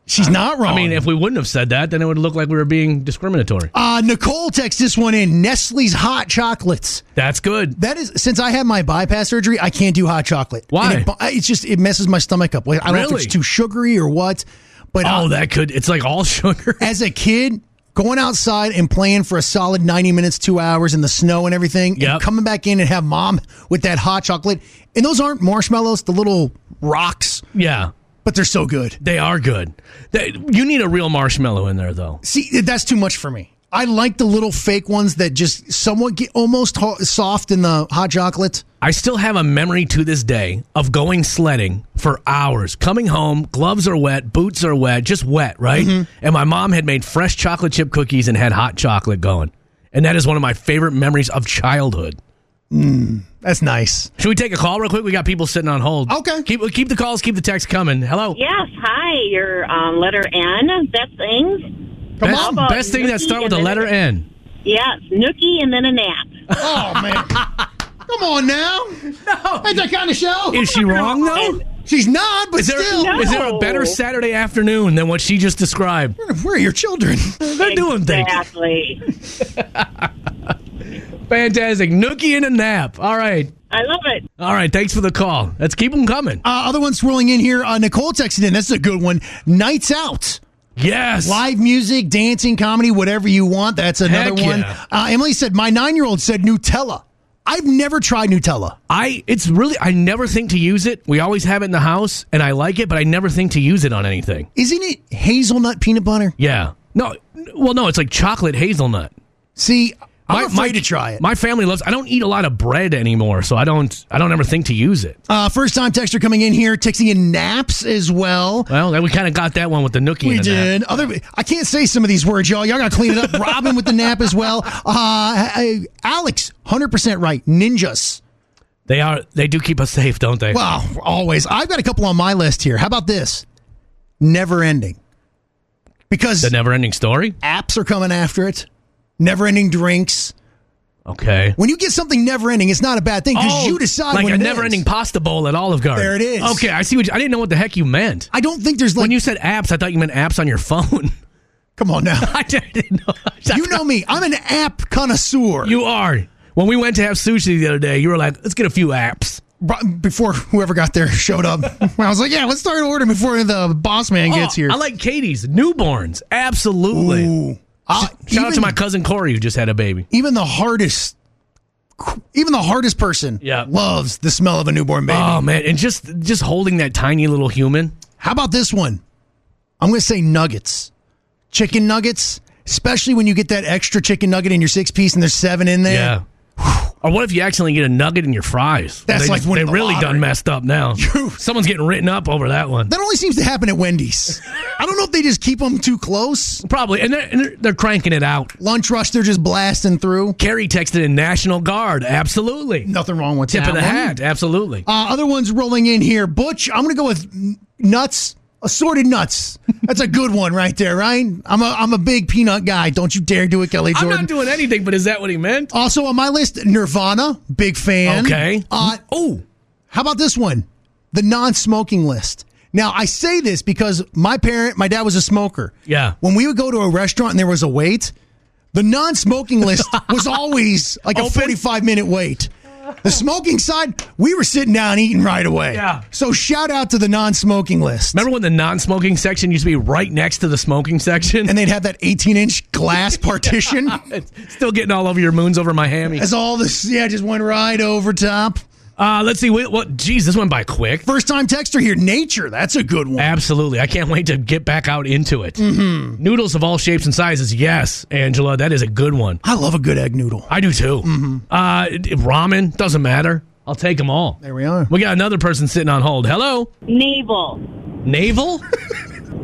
Speaker 2: She's not wrong.
Speaker 1: I mean, if we wouldn't have said that, then it would look like we were being discriminatory.
Speaker 2: uh, Nicole texts this one in Nestle's hot chocolates.
Speaker 1: That's good.
Speaker 2: That is since I had my bypass surgery, I can't do hot chocolate.
Speaker 1: Why?
Speaker 2: And it bu- it's just it messes my stomach up. Like, I don't know if
Speaker 1: Really?
Speaker 2: it's too sugary or what. But uh,
Speaker 1: Oh, that could. It's like all sugar.
Speaker 2: as a kid, going outside and playing for a solid 90 minutes, two hours in the snow and everything,
Speaker 1: Yep.
Speaker 2: and coming back in and have mom with that hot chocolate. And those aren't marshmallows, the little rocks,
Speaker 1: Yeah,
Speaker 2: but they're so good.
Speaker 1: they are good. They, you need a real marshmallow in there, though.
Speaker 2: See, that's too much for me. I like the little fake ones that just somewhat get almost ho- soft in the hot chocolate.
Speaker 1: I still have a memory to this day of going sledding for hours, coming home, gloves are wet, boots are wet, just wet, right? And my mom had made fresh chocolate chip cookies and had hot chocolate going. And that is one of my favorite memories of childhood.
Speaker 2: That's nice.
Speaker 1: Should we take a call real quick? We got people sitting on hold.
Speaker 2: Okay.
Speaker 1: Keep keep the calls, keep the text coming. Hello.
Speaker 6: Yes, hi, your um, letter N, that's things.
Speaker 2: Come
Speaker 1: best,
Speaker 2: on.
Speaker 6: Bob.
Speaker 1: best thing that start with the letter N.
Speaker 6: Yes, nookie and then a nap.
Speaker 2: Oh, man. Come on now. No. Ain't that kind of show?
Speaker 1: Is she wrong though?
Speaker 2: She's not, but
Speaker 1: Is there,
Speaker 2: still.
Speaker 1: is there a better Saturday afternoon than what she just described?
Speaker 2: Where are your children? Uh,
Speaker 1: They're doing things.
Speaker 6: Exactly.
Speaker 1: Fantastic. Nookie and a nap. All right.
Speaker 6: I love it.
Speaker 1: All right. Thanks for the call. Let's keep them coming.
Speaker 2: Uh, other ones swirling in here. Uh, Nicole texted in. That's a good one. Nights out.
Speaker 1: Yes.
Speaker 2: Live music, dancing, comedy, whatever you want. That's another
Speaker 1: Heck
Speaker 2: one.
Speaker 1: yeah.
Speaker 2: Uh, Emily said, My nine year old said Nutella. I've never tried Nutella.
Speaker 1: I it's really I never think to use it. We always have it in the house and I like it, but I never think to use it on anything.
Speaker 2: Isn't it hazelnut peanut butter?
Speaker 1: Yeah. No. Well, no, it's like chocolate hazelnut.
Speaker 2: See, I'm afraid to try it.
Speaker 1: My family loves I don't eat a lot of bread anymore, so I don't I don't ever think to use it.
Speaker 2: uh, first time texter coming in here, texting in naps as well.
Speaker 1: Well, then we kind of got that one with the nookie.
Speaker 2: We
Speaker 1: and the Uh, nap.
Speaker 2: did. Other, I can't say some of these words, y'all. Y'all got to clean it up. Robin with the nap as well. Uh, I- Alex, 100% right. Ninjas.
Speaker 1: They are they do keep us safe, don't they?
Speaker 2: Wow, always. I've got a couple on my list here. How about this? Never ending. Because
Speaker 1: the never ending story.
Speaker 2: apps are coming after it. Never ending drinks.
Speaker 1: Okay.
Speaker 2: When you get something never ending, it's not a bad thing because you decide
Speaker 1: Oh, like
Speaker 2: when
Speaker 1: a
Speaker 2: it
Speaker 1: never ending
Speaker 2: ends.
Speaker 1: pasta bowl at Olive Garden.
Speaker 2: There it is.
Speaker 1: Okay, I see what you, I didn't know what the heck you meant.
Speaker 2: I don't think there's like.
Speaker 1: when you said apps, I thought you meant apps on your phone.
Speaker 2: come on now.
Speaker 1: I didn't know.
Speaker 2: you know me. I'm an app connoisseur.
Speaker 1: You are. When we went to have sushi the other day, you were like, let's get a few apps.
Speaker 2: Bro- before whoever got there showed up, I was like, "Yeah, let's start ordering before the boss man gets
Speaker 1: Oh,
Speaker 2: here."
Speaker 1: I like Katie's newborns. Absolutely.
Speaker 2: Uh,
Speaker 1: Shout out to my cousin Corey who just had a baby.
Speaker 2: even the hardest, even the hardest person
Speaker 1: Yeah.
Speaker 2: loves the smell of a newborn baby.
Speaker 1: Oh man, and just just holding that tiny little human.
Speaker 2: How about this one? I'm going to say nuggets, chicken nuggets, especially when you get that extra chicken nugget in your six piece and there's seven in there.
Speaker 1: Or what if you accidentally get a nugget in your fries?
Speaker 2: That's
Speaker 1: they
Speaker 2: like winning
Speaker 1: they
Speaker 2: the
Speaker 1: really
Speaker 2: lottery.
Speaker 1: done messed up now.
Speaker 2: Dude.
Speaker 1: Someone's getting written up over that one.
Speaker 2: That only seems to happen at Wendy's. I don't know if they just keep them too close.
Speaker 1: Probably, and they're, and they're they're cranking it out.
Speaker 2: Lunch rush, they're just blasting through.
Speaker 1: Kerry texted in National Guard. Absolutely,
Speaker 2: Nothing wrong with
Speaker 1: tip
Speaker 2: that
Speaker 1: of the
Speaker 2: one.
Speaker 1: hat. Absolutely.
Speaker 2: Uh, other ones rolling in here. Butch, I'm going to go with n- nuts, assorted nuts. That's a good one right there, right? I'm a, I'm a big peanut guy. Don't you dare do it, Kelly
Speaker 1: I'm
Speaker 2: Jordan.
Speaker 1: not doing anything, but is that what he meant?
Speaker 2: also on my list, Nirvana, big fan.
Speaker 1: Okay.
Speaker 2: Uh,
Speaker 1: oh,
Speaker 2: How about this one? The non smoking list. Now, I say this because my parent, my dad was a smoker.
Speaker 1: Yeah.
Speaker 2: When we would go to a restaurant and there was a wait, the non smoking list was always like a
Speaker 1: Open?
Speaker 2: 45 minute wait. The smoking side, we were sitting down eating right away.
Speaker 1: Yeah.
Speaker 2: So shout out to the non smoking list.
Speaker 1: remember when the non-smoking section used to be right next to the smoking section?
Speaker 2: And they'd have that 18 inch glass partition
Speaker 1: Still getting all over your moons over my hammy.
Speaker 2: as all this, yeah, just went right over top.
Speaker 1: Uh, let's see. What? what geez, this went by quick.
Speaker 2: First time texter here, nature. That's a good one.
Speaker 1: Absolutely. I can't wait to get back out into it. Mm-hmm. Noodles of all shapes and sizes. Yes, Angela, that is a good one.
Speaker 2: I love a good egg noodle.
Speaker 1: I do too. Uh, ramen doesn't matter. I'll take them all.
Speaker 2: There we are.
Speaker 1: We got another person sitting on hold. Hello,
Speaker 6: Navel.
Speaker 1: navel.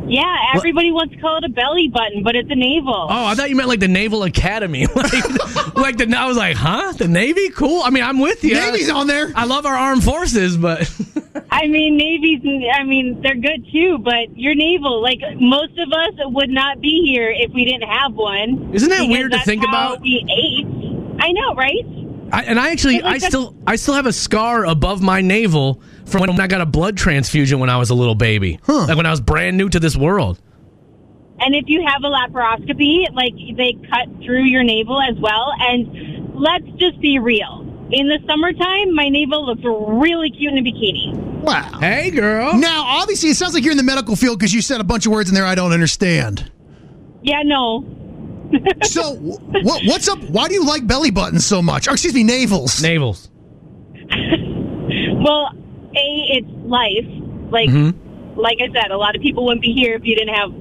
Speaker 6: Yeah, everybody wants to call it a belly button, but it's a navel.
Speaker 1: Oh, I thought you meant like the Naval Academy. like, like the. I was like, huh? The Navy? Cool. I mean, I'm with you.
Speaker 2: Navy's on there.
Speaker 1: I love our armed forces, but
Speaker 6: I mean, navies, I mean, they're good too, but your navel, like most of us would not be here if we didn't have one.
Speaker 1: Isn't that
Speaker 6: because
Speaker 1: weird to
Speaker 6: that's
Speaker 1: think
Speaker 6: how
Speaker 1: about?
Speaker 6: We ate. I know, right?
Speaker 1: I, and I actually, I still, I still have a scar above my navel from when I got a blood transfusion when I was a little baby, like when I was brand new to this world.
Speaker 6: And if you have a laparoscopy, like they cut through your navel as well. And let's just be real. In the summertime, my navel looks really cute in a bikini.
Speaker 2: Wow.
Speaker 1: Hey, girl.
Speaker 2: Now, obviously, it sounds like you're in the medical field because you said a bunch of words in there I don't understand.
Speaker 6: Yeah, no.
Speaker 2: So, what, what's up? Why do you like belly buttons so much? Or, excuse me, navels.
Speaker 1: Navels.
Speaker 6: Well, a it's life. Like like I said, a lot of people wouldn't be here if you didn't have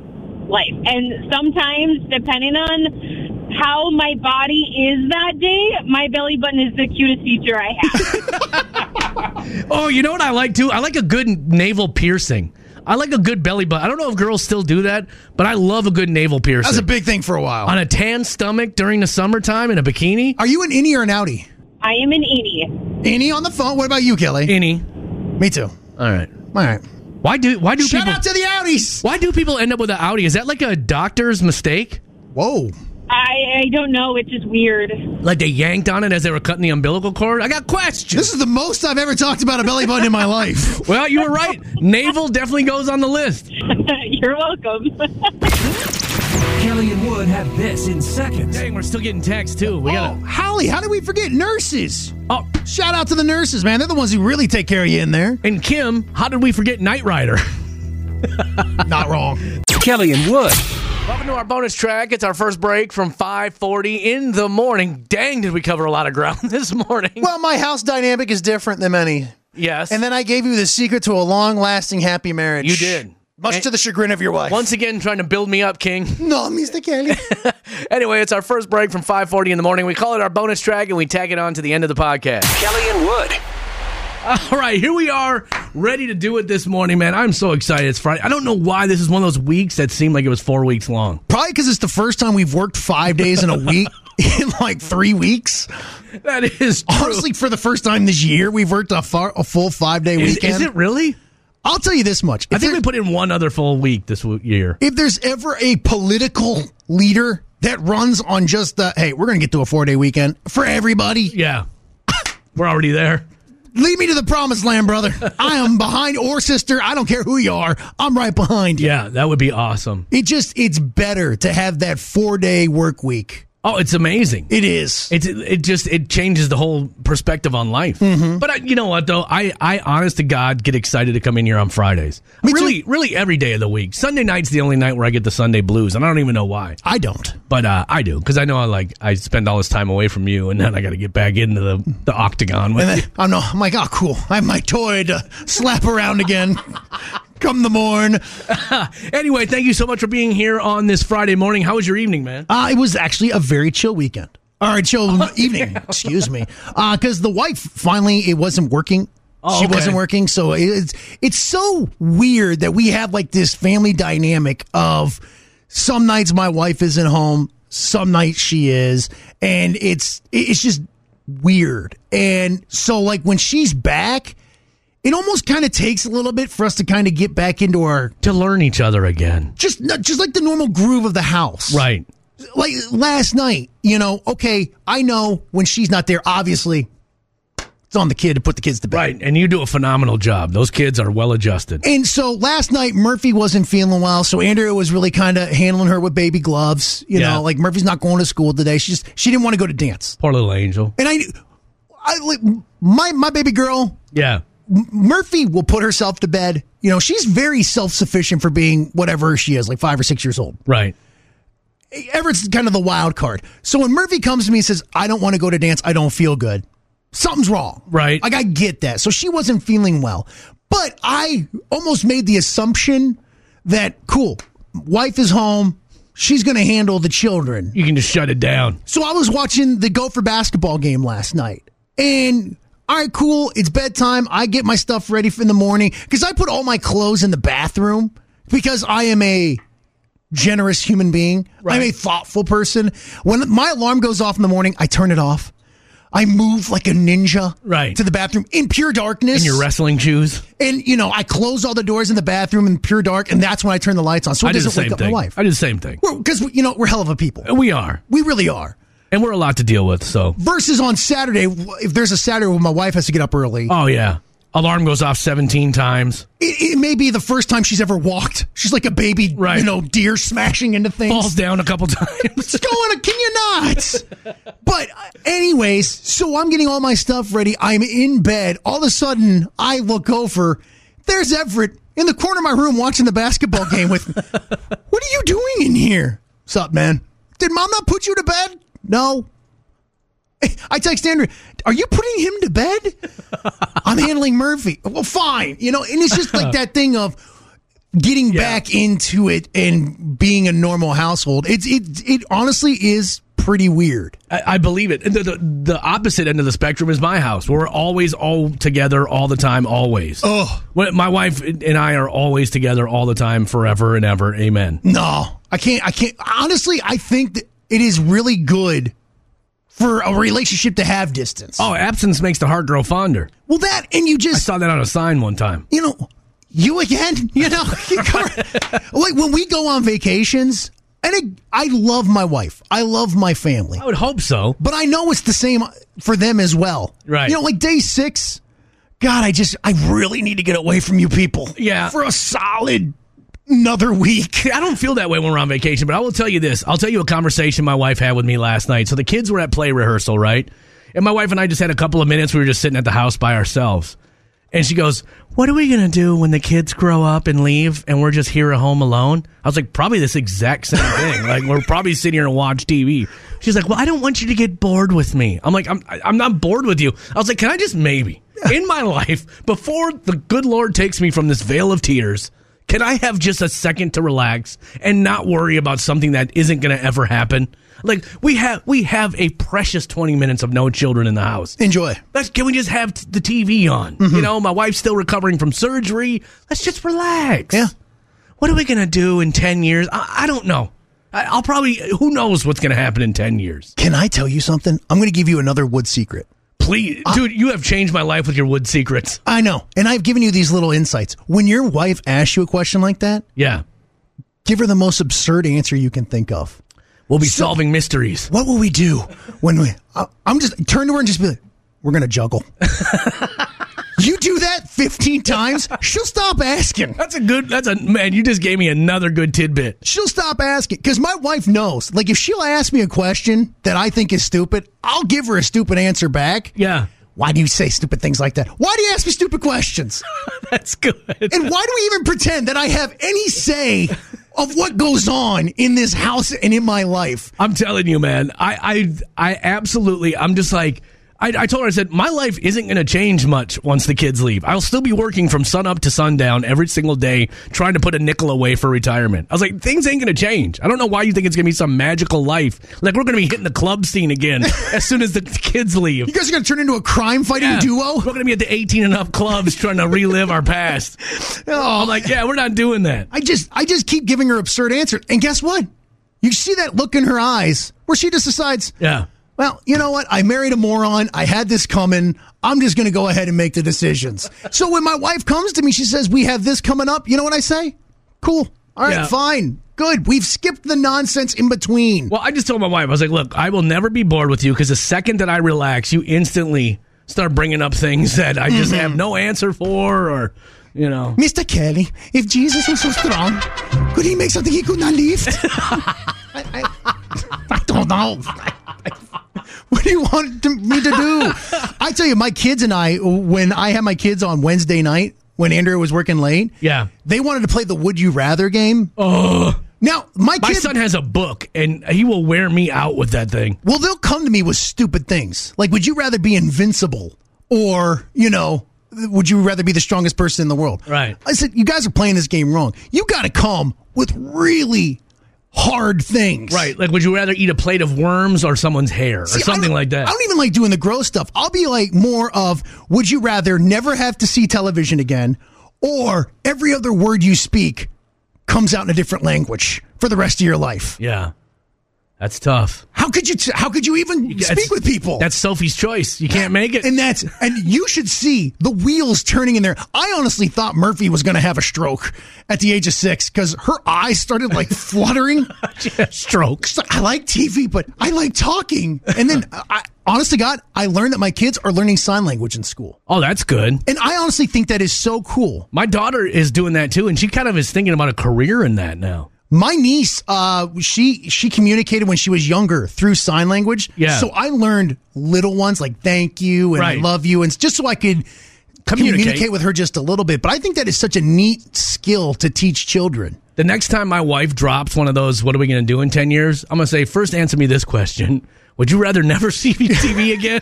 Speaker 6: life. And sometimes, depending on how my body is that day, my belly button is the cutest feature I have.
Speaker 1: Oh, you know what I like too? I like a good navel piercing. I like a good belly button. I don't know if girls still do that, but I love a good navel
Speaker 2: that
Speaker 1: piercing.
Speaker 2: was a big thing for a while.
Speaker 1: on a tan stomach during the summertime in a bikini.
Speaker 2: Are you an innie or an outie?
Speaker 6: I am an innie.
Speaker 2: Innie on the phone. What about you, Kelly?
Speaker 1: Any.
Speaker 2: Me too.
Speaker 1: All right.
Speaker 2: All right.
Speaker 1: Why do why do
Speaker 2: Shout
Speaker 1: people
Speaker 2: out to the outies.
Speaker 1: why do people end up with an Audi? Is that like a doctor's mistake?
Speaker 2: Whoa.
Speaker 6: I, I don't know. It's just weird.
Speaker 1: Like they yanked on it as they were cutting the umbilical cord? I got questions.
Speaker 2: This is the most I've ever talked about a belly button in my life.
Speaker 1: Well, you were right. Navel definitely goes on the list.
Speaker 6: You're welcome.
Speaker 3: Kelly and Wood have this in seconds.
Speaker 1: Dang, we're still getting texts too. We
Speaker 2: Oh,
Speaker 1: got
Speaker 2: Holly, how did we forget nurses?
Speaker 1: Oh,
Speaker 2: Shout out to the nurses, man. They're the ones who really take care of you in there.
Speaker 1: and Kim, how did we forget Knight Rider?
Speaker 2: Not wrong.
Speaker 3: Kelly and Wood.
Speaker 1: Welcome to our bonus track. It's our first break from 5:40 in the morning. Dang, did we cover a lot of ground this morning?
Speaker 2: Well, my house dynamic is different than many.
Speaker 1: yes.
Speaker 2: And then I gave you the secret to a long lasting happy marriage.
Speaker 1: You did.
Speaker 2: Much
Speaker 1: And-
Speaker 2: to the chagrin of your wife.
Speaker 1: once again trying to build me up, King.
Speaker 2: no, Mr. Kelly.
Speaker 1: Anyway, it's our first break from 5:40 in the morning. We call it our bonus track and we tag it on to the end of the podcast.
Speaker 3: Kelly and Wood.
Speaker 1: All right, here we are, ready to do it this morning, man. I'm so excited. It's Friday. I don't know why this is one of those weeks that seemed like it was 4 weeks long.
Speaker 2: Probably because it's the first time we've worked five days in a week in like three weeks.
Speaker 1: That is true.
Speaker 2: Honestly, for the first time this year, we've worked a, far, a full five day
Speaker 1: is,
Speaker 2: weekend.
Speaker 1: is it really?
Speaker 2: I'll tell you this much.
Speaker 1: I
Speaker 2: If
Speaker 1: think
Speaker 2: there-
Speaker 1: we put in one other full week this w- year.
Speaker 2: if there's ever a political leader that runs on just the hey, we're going to get to a four day weekend for everybody.
Speaker 1: Yeah. We're already there.
Speaker 2: Lead me to the promised land, brother. I am behind or sister. I don't care who you are. I'm right behind you.
Speaker 1: Yeah, that would be awesome.
Speaker 2: It just it's better to have that four day work week.
Speaker 1: Oh, it's amazing.
Speaker 2: It is.
Speaker 1: It's it just it changes the whole perspective on life.
Speaker 2: Mm-hmm.
Speaker 1: But I, you know what though, I I honest to God get excited to come in here on Fridays.
Speaker 2: Me too.
Speaker 1: really, really every day of the week. Sunday night's the only night where I get the Sunday blues, and I don't even know why.
Speaker 2: I don't.
Speaker 1: But uh, I do because I know I like I spend all this time away from you, and then I got to get back into the the octagon with.
Speaker 2: And then I'm, no, I'm like, oh, cool. I have my toy to slap around again. Come the morn.
Speaker 1: you. Anyway, thank you so much for being here on this Friday morning. How was your evening, man?
Speaker 2: Uh, it was actually a very chill weekend. All right, chill
Speaker 1: Oh,
Speaker 2: evening. Excuse me, because the wife finally it wasn't working.
Speaker 1: Oh,
Speaker 2: she
Speaker 1: okay.
Speaker 2: wasn't working, so it's it's so weird that we have like this family dynamic of some nights my wife isn't home, some nights she is, and it's it's just weird. And so like when she's back, it almost kind of takes a little bit for us to kind of get back into our
Speaker 1: To learn each other again,
Speaker 2: just not just like the normal groove of the house,
Speaker 1: right?
Speaker 2: like last night, you know, okay, I know when she's not there, obviously it's on the kid to put the kids to bed.
Speaker 1: Right, and you do a phenomenal job. Those kids are well adjusted.
Speaker 2: And so last night Murphy wasn't feeling well, so Andrea was really kind of handling her with baby gloves. You
Speaker 1: Yeah.
Speaker 2: know, like Murphy's not going to school today. She just she didn't want to go to dance.
Speaker 1: Poor little angel.
Speaker 2: And I, I like my my baby girl
Speaker 1: Yeah.
Speaker 2: Murphy will put herself to bed. You know, she's very self sufficient for being whatever she is, like five or six years old.
Speaker 1: Right.
Speaker 2: Everett's kind of the wild card. So when Murphy comes to me and says, I don't want to go to dance, I don't feel good, something's wrong.
Speaker 1: Right.
Speaker 2: Like, I get that. So she wasn't feeling well. But I almost made the assumption that, cool, wife is home, she's going to handle the children.
Speaker 1: You can just shut it down.
Speaker 2: So I was watching the Gopher basketball game last night. And all right, cool. It's bedtime. I get my stuff ready for in the morning because I put all my clothes in the bathroom because I am a generous human being. I'm a thoughtful person. When my alarm goes off in the morning, I turn it off. I move like a ninja
Speaker 1: Right.
Speaker 2: to the bathroom in pure darkness.
Speaker 1: In your wrestling shoes.
Speaker 2: and you know, I close all the doors in the bathroom in pure dark, and that's when I turn the lights on. So it
Speaker 1: I do the
Speaker 2: doesn't wake
Speaker 1: same
Speaker 2: up my
Speaker 1: thing. Uh,
Speaker 2: wife.
Speaker 1: I do the same thing.
Speaker 2: Because you know, we're hell of a people.
Speaker 1: We are.
Speaker 2: We really are.
Speaker 1: And we're a lot to deal with, so.
Speaker 2: versus on Saturday, if there's a Saturday where my wife has to get up early,
Speaker 1: Oh, yeah. Alarm goes off 17 times,
Speaker 2: it, it may be the first time she's ever walked. She's like a baby,
Speaker 1: Right.
Speaker 2: you know, deer smashing into things.
Speaker 1: falls down a couple times.
Speaker 2: What's going on? Can you not? but, uh, anyways, so I'm getting all my stuff ready. I'm in bed. All of a sudden, I look over. There's Everett in the corner of my room watching the basketball game with. what are you doing in here? What's up, man? Did mom not put you to bed? No. I text Andrew, are you putting him to bed? I'm handling Murphy. Well, fine. You know, and it's just like that thing of getting back into it and being a normal household. It's it it honestly is pretty weird.
Speaker 1: I, I believe it. The, the, the opposite end of the spectrum is my house. We're always all together all the time, always.
Speaker 2: Oh.
Speaker 1: When, my wife and I are always together all the time, forever and ever. Amen.
Speaker 2: No, I can't. I can't. Honestly, I think that it is really good for a relationship to have distance.
Speaker 1: Oh, absence makes the heart grow fonder.
Speaker 2: Well, that and you
Speaker 1: I
Speaker 2: just
Speaker 1: saw that on a sign one time.
Speaker 2: you know, you again, you know, you come- like when we go on vacations, and I, I love my wife, I love my family,
Speaker 1: I would hope so.
Speaker 2: but I know it's the same for them as well.
Speaker 1: Right.
Speaker 2: You know, like day six, God, I just, I really need to get away from you people.
Speaker 1: Yeah.
Speaker 2: For a solid another week.
Speaker 1: I don't feel that way when we're on vacation, but I will tell you this. I'll tell you a conversation my wife had with me last night. So the kids were at play rehearsal, right? And my wife and I just had a couple of minutes. We were just sitting at the house by ourselves. And she goes, What are we going to do when the kids grow up and leave and we're just here at home alone? I was like, Probably this exact same thing. like, we're probably sitting here and watch TV. She's like, Well, I don't want you to get bored with me. I'm like, I'm, I- I'm not bored with you. I was like, Can I just maybe in my life, before the good Lord takes me from this veil of tears, can I have just a second to relax and not worry about something that isn't going to ever happen? Like we have we have a precious 20 minutes of no children in the house.
Speaker 2: Enjoy.
Speaker 1: Let's, can we just have t- the TV on? You know, my wife's still recovering from surgery. Let's just relax.
Speaker 2: Yeah.
Speaker 1: What are we going to do in 10 years? I, I don't know. I, I'll probably, who knows what's going to happen in 10 years?
Speaker 2: Can I tell you something? I'm going to give you another wood secret.
Speaker 1: Please, dude, you have changed my life with your wood secrets.
Speaker 2: I know. And I've given you these little insights. When your wife asks you a question like that,
Speaker 1: Yeah.
Speaker 2: give her the most absurd answer you can think of.
Speaker 1: We'll be solving mysteries.
Speaker 2: what will we do when we? I, I'm just turn to her and just be like, we're gonna juggle. you do that 15 times, she'll stop asking.
Speaker 1: That's a good, that's a, man, you just gave me another good tidbit.
Speaker 2: She'll stop asking because my wife knows. Like if she'll ask me a question that I think is stupid, I'll give her a stupid answer back.
Speaker 1: Yeah.
Speaker 2: Why do you say stupid things like that? Why do you ask me stupid questions?
Speaker 1: That's good.
Speaker 2: And why do we even pretend that I have any say of what goes on in this house and in my life?
Speaker 1: I'm telling you, man. I I, I absolutely. I'm just like. I, I told her, I said, my life isn't going to change much once the kids leave. I'll still be working from sun up to sundown every single day, trying to put a nickel away for retirement. I was like, things ain't going to change. I don't know why you think it's going to be some magical life. Like, we're going to be hitting the club scene again as soon as the kids leave.
Speaker 2: You guys are gonna turn into a crime fighting
Speaker 1: Yeah.
Speaker 2: duo.
Speaker 1: We're going to be at the 18 and up clubs trying to relive our past. I'm like, yeah, we're not doing that.
Speaker 2: Oh, I just I just keep giving her absurd answers. And guess what? You see that look in her eyes where she just decides,
Speaker 1: Yeah.
Speaker 2: well, you know what? I married a moron. I had this coming. I'm just going to go ahead and make the decisions. so when my wife comes to me, she says, "We have this coming up." You know what I say? Cool. All right,
Speaker 1: Yeah.
Speaker 2: fine. Good. We've skipped the nonsense in between.
Speaker 1: Well, I just told my wife, I was like, look, I will never be bored with you because the second that I relax, you instantly start bringing up things that I
Speaker 2: Mm-hmm.
Speaker 1: just have no answer for or, you know.
Speaker 2: Mr. Kelly, if Jesus was so strong, could he make something he could not lift? I, I, I don't know. What do you want to- me to do? I tell you, my kids and I, when I had my kids on Wednesday night, when Andrea was working late,
Speaker 1: Yeah.
Speaker 2: they wanted to play the Would You Rather game. Oh. Now, my
Speaker 1: My
Speaker 2: kids,
Speaker 1: son has a book and he will wear me out with that thing.
Speaker 2: well, they'll come to me with stupid things. Like, would you rather be invincible or, you know, would you rather be the strongest person in the world?
Speaker 1: Right.
Speaker 2: I said, you guys are playing this game wrong. You got to come with really hard things.
Speaker 1: Right. Like, would you rather eat a plate of worms or someone's hair or
Speaker 2: See, I
Speaker 1: something
Speaker 2: don't-
Speaker 1: like that?
Speaker 2: I don't even like doing the gross stuff. I'll be like more of, would you rather never have to see television again or every other word you speak comes out in a different language for the rest of your life?
Speaker 1: yeah. That's tough.
Speaker 2: How could you, t- how could you even
Speaker 1: That's-
Speaker 2: speak with people?
Speaker 1: That's Sophie's choice. You can't make it.
Speaker 2: And that's and you should see the wheels turning in there. I honestly thought Murphy was going to have a stroke at the age of six because her eyes started like fluttering.
Speaker 1: Stroke.
Speaker 2: She's like, I like TV, but I like talking. And then, I, I, honest to God, I learned that my kids are learning sign language in school,
Speaker 1: Oh, that's good.
Speaker 2: and I honestly think that is so cool.
Speaker 1: My daughter is doing that too, and she kind of is thinking about a career in that now.
Speaker 2: My niece, uh, she she communicated when she was younger through sign language.
Speaker 1: Yeah.
Speaker 2: So I learned little ones like thank you and
Speaker 1: Right.
Speaker 2: I love you, and just so I could communicate with her just a little bit. But I think that is such a neat skill to teach children.
Speaker 1: The next time my wife drops one of those, what are we going to do in 10 years? I'm going to say, first, answer me this question. Would you rather never see TV again?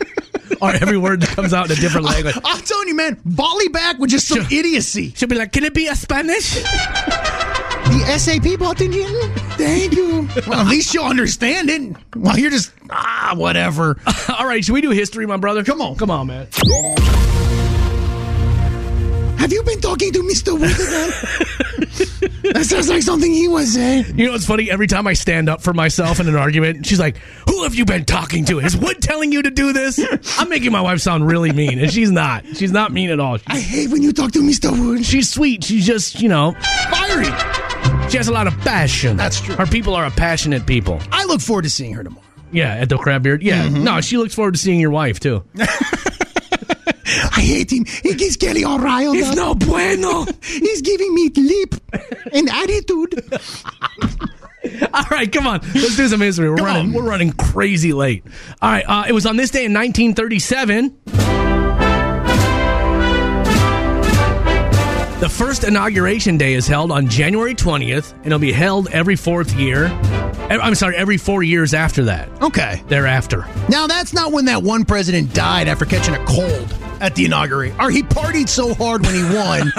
Speaker 1: or every word that comes out in a different language?
Speaker 2: I'm telling you, man, volley back with just some
Speaker 1: Sure.
Speaker 2: idiocy.
Speaker 1: She'll be like, can it be a Spanish?
Speaker 2: The SAP button, Jim? Thank you. Well, at least you'll understand it. Well, you're just, ah, whatever.
Speaker 1: All right, should we do history, my brother?
Speaker 2: Come on.
Speaker 1: Come on, man.
Speaker 2: Have you been talking to Mr. Winterman? that sounds like something he eh? would say.
Speaker 1: You know what's funny? Every time I stand up for myself in an argument, she's like, Who have you been talking to? Is Wood telling you to do this? I'm making my wife sound really mean, and she's not. She's not mean at all.
Speaker 2: I hate when you talk to Mr. Wood.
Speaker 1: She's sweet. She's just, you know,
Speaker 2: Fiery.
Speaker 1: she has a lot of passion.
Speaker 2: That's true.
Speaker 1: Her people are a passionate people.
Speaker 2: I look forward to seeing her tomorrow.
Speaker 1: Yeah, at the crab beard. Yeah.
Speaker 2: Mm-hmm.
Speaker 1: No, she looks forward to seeing your wife, too.
Speaker 2: I hate him. He gets Kelly all riled up.
Speaker 1: no bueno.
Speaker 2: He's giving me lip and attitude.
Speaker 1: All right, come on. Let's do some history. We're running.
Speaker 2: on.
Speaker 1: We're running crazy late. All right. Uh, it was on this day in 1937. The first inauguration day is held on January 20th, and it'll be held every fourth year. Eh, I'm sorry, every four years after that.
Speaker 2: Okay.
Speaker 1: Thereafter.
Speaker 2: Now that's not when that one president died after catching a cold at the inauguration. Or he partied so hard when he won,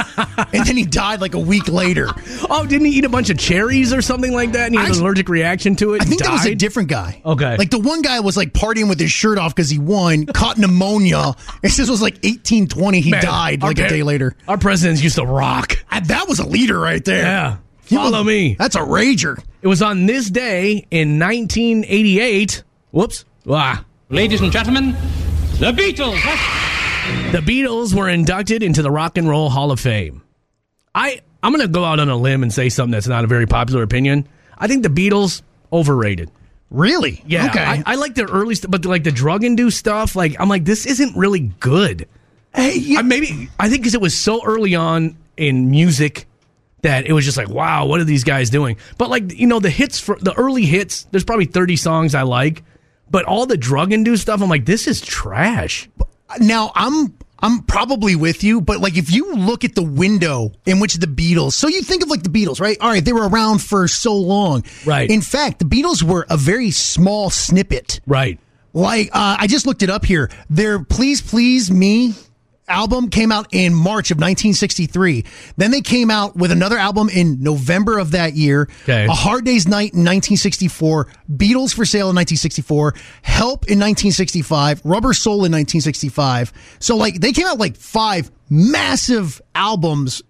Speaker 2: and then he died like a week later.
Speaker 1: Oh, didn't he eat a bunch of cherries or something like that, and he had an
Speaker 2: I-
Speaker 1: allergic reaction to it?
Speaker 2: I think
Speaker 1: and
Speaker 2: that was a
Speaker 1: died?
Speaker 2: different guy.
Speaker 1: Okay.
Speaker 2: Like the one guy was like partying with his shirt off because he won, caught pneumonia. It says it was like 1820. He
Speaker 1: Man,
Speaker 2: died
Speaker 1: our
Speaker 2: like a
Speaker 1: par-
Speaker 2: day later.
Speaker 1: Our presidents used to rock.
Speaker 2: I- that was a leader right there.
Speaker 1: Yeah.
Speaker 2: He was-
Speaker 1: Follow me.
Speaker 2: That's a rager.
Speaker 1: It was on this day in 1988. Whoops. Wow.
Speaker 7: Ladies and gentlemen, the Beatles have
Speaker 1: The Beatles were inducted into the Rock and Roll Hall of Fame. I I'm going to go out on a limb and say something that's not a very popular opinion. I think the Beatles overrated.
Speaker 2: Really?
Speaker 1: Yeah.
Speaker 2: Okay.
Speaker 1: I, I like their early stuff, but like the drug induced stuff, like I'm like this isn't really good.
Speaker 2: hey, you-
Speaker 1: I, maybe I think because it was so early on in music that it was just like, wow, what are these guys doing? But like you know, the hits for the early hits, there's probably 30 songs I like, but all the drug induced stuff, I'm like, this is trash.
Speaker 2: now I'm I'm probably with you, but like if you look at the window in which the Beatles, so you think of like the Beatles, right? All right, they were around for so long,
Speaker 1: Right.
Speaker 2: In fact, the Beatles were a very small snippet.
Speaker 1: Right.
Speaker 2: Like uh, I just looked it up here. Their "Please Please Me" album came out in March of 1963. Then they came out with another album in November of that year.
Speaker 1: Okay.
Speaker 2: A Hard Day's Night in 1964, Beatles for Sale in 1964, Help in 1965, Rubber Soul in 1965. So like they came out like five massive albums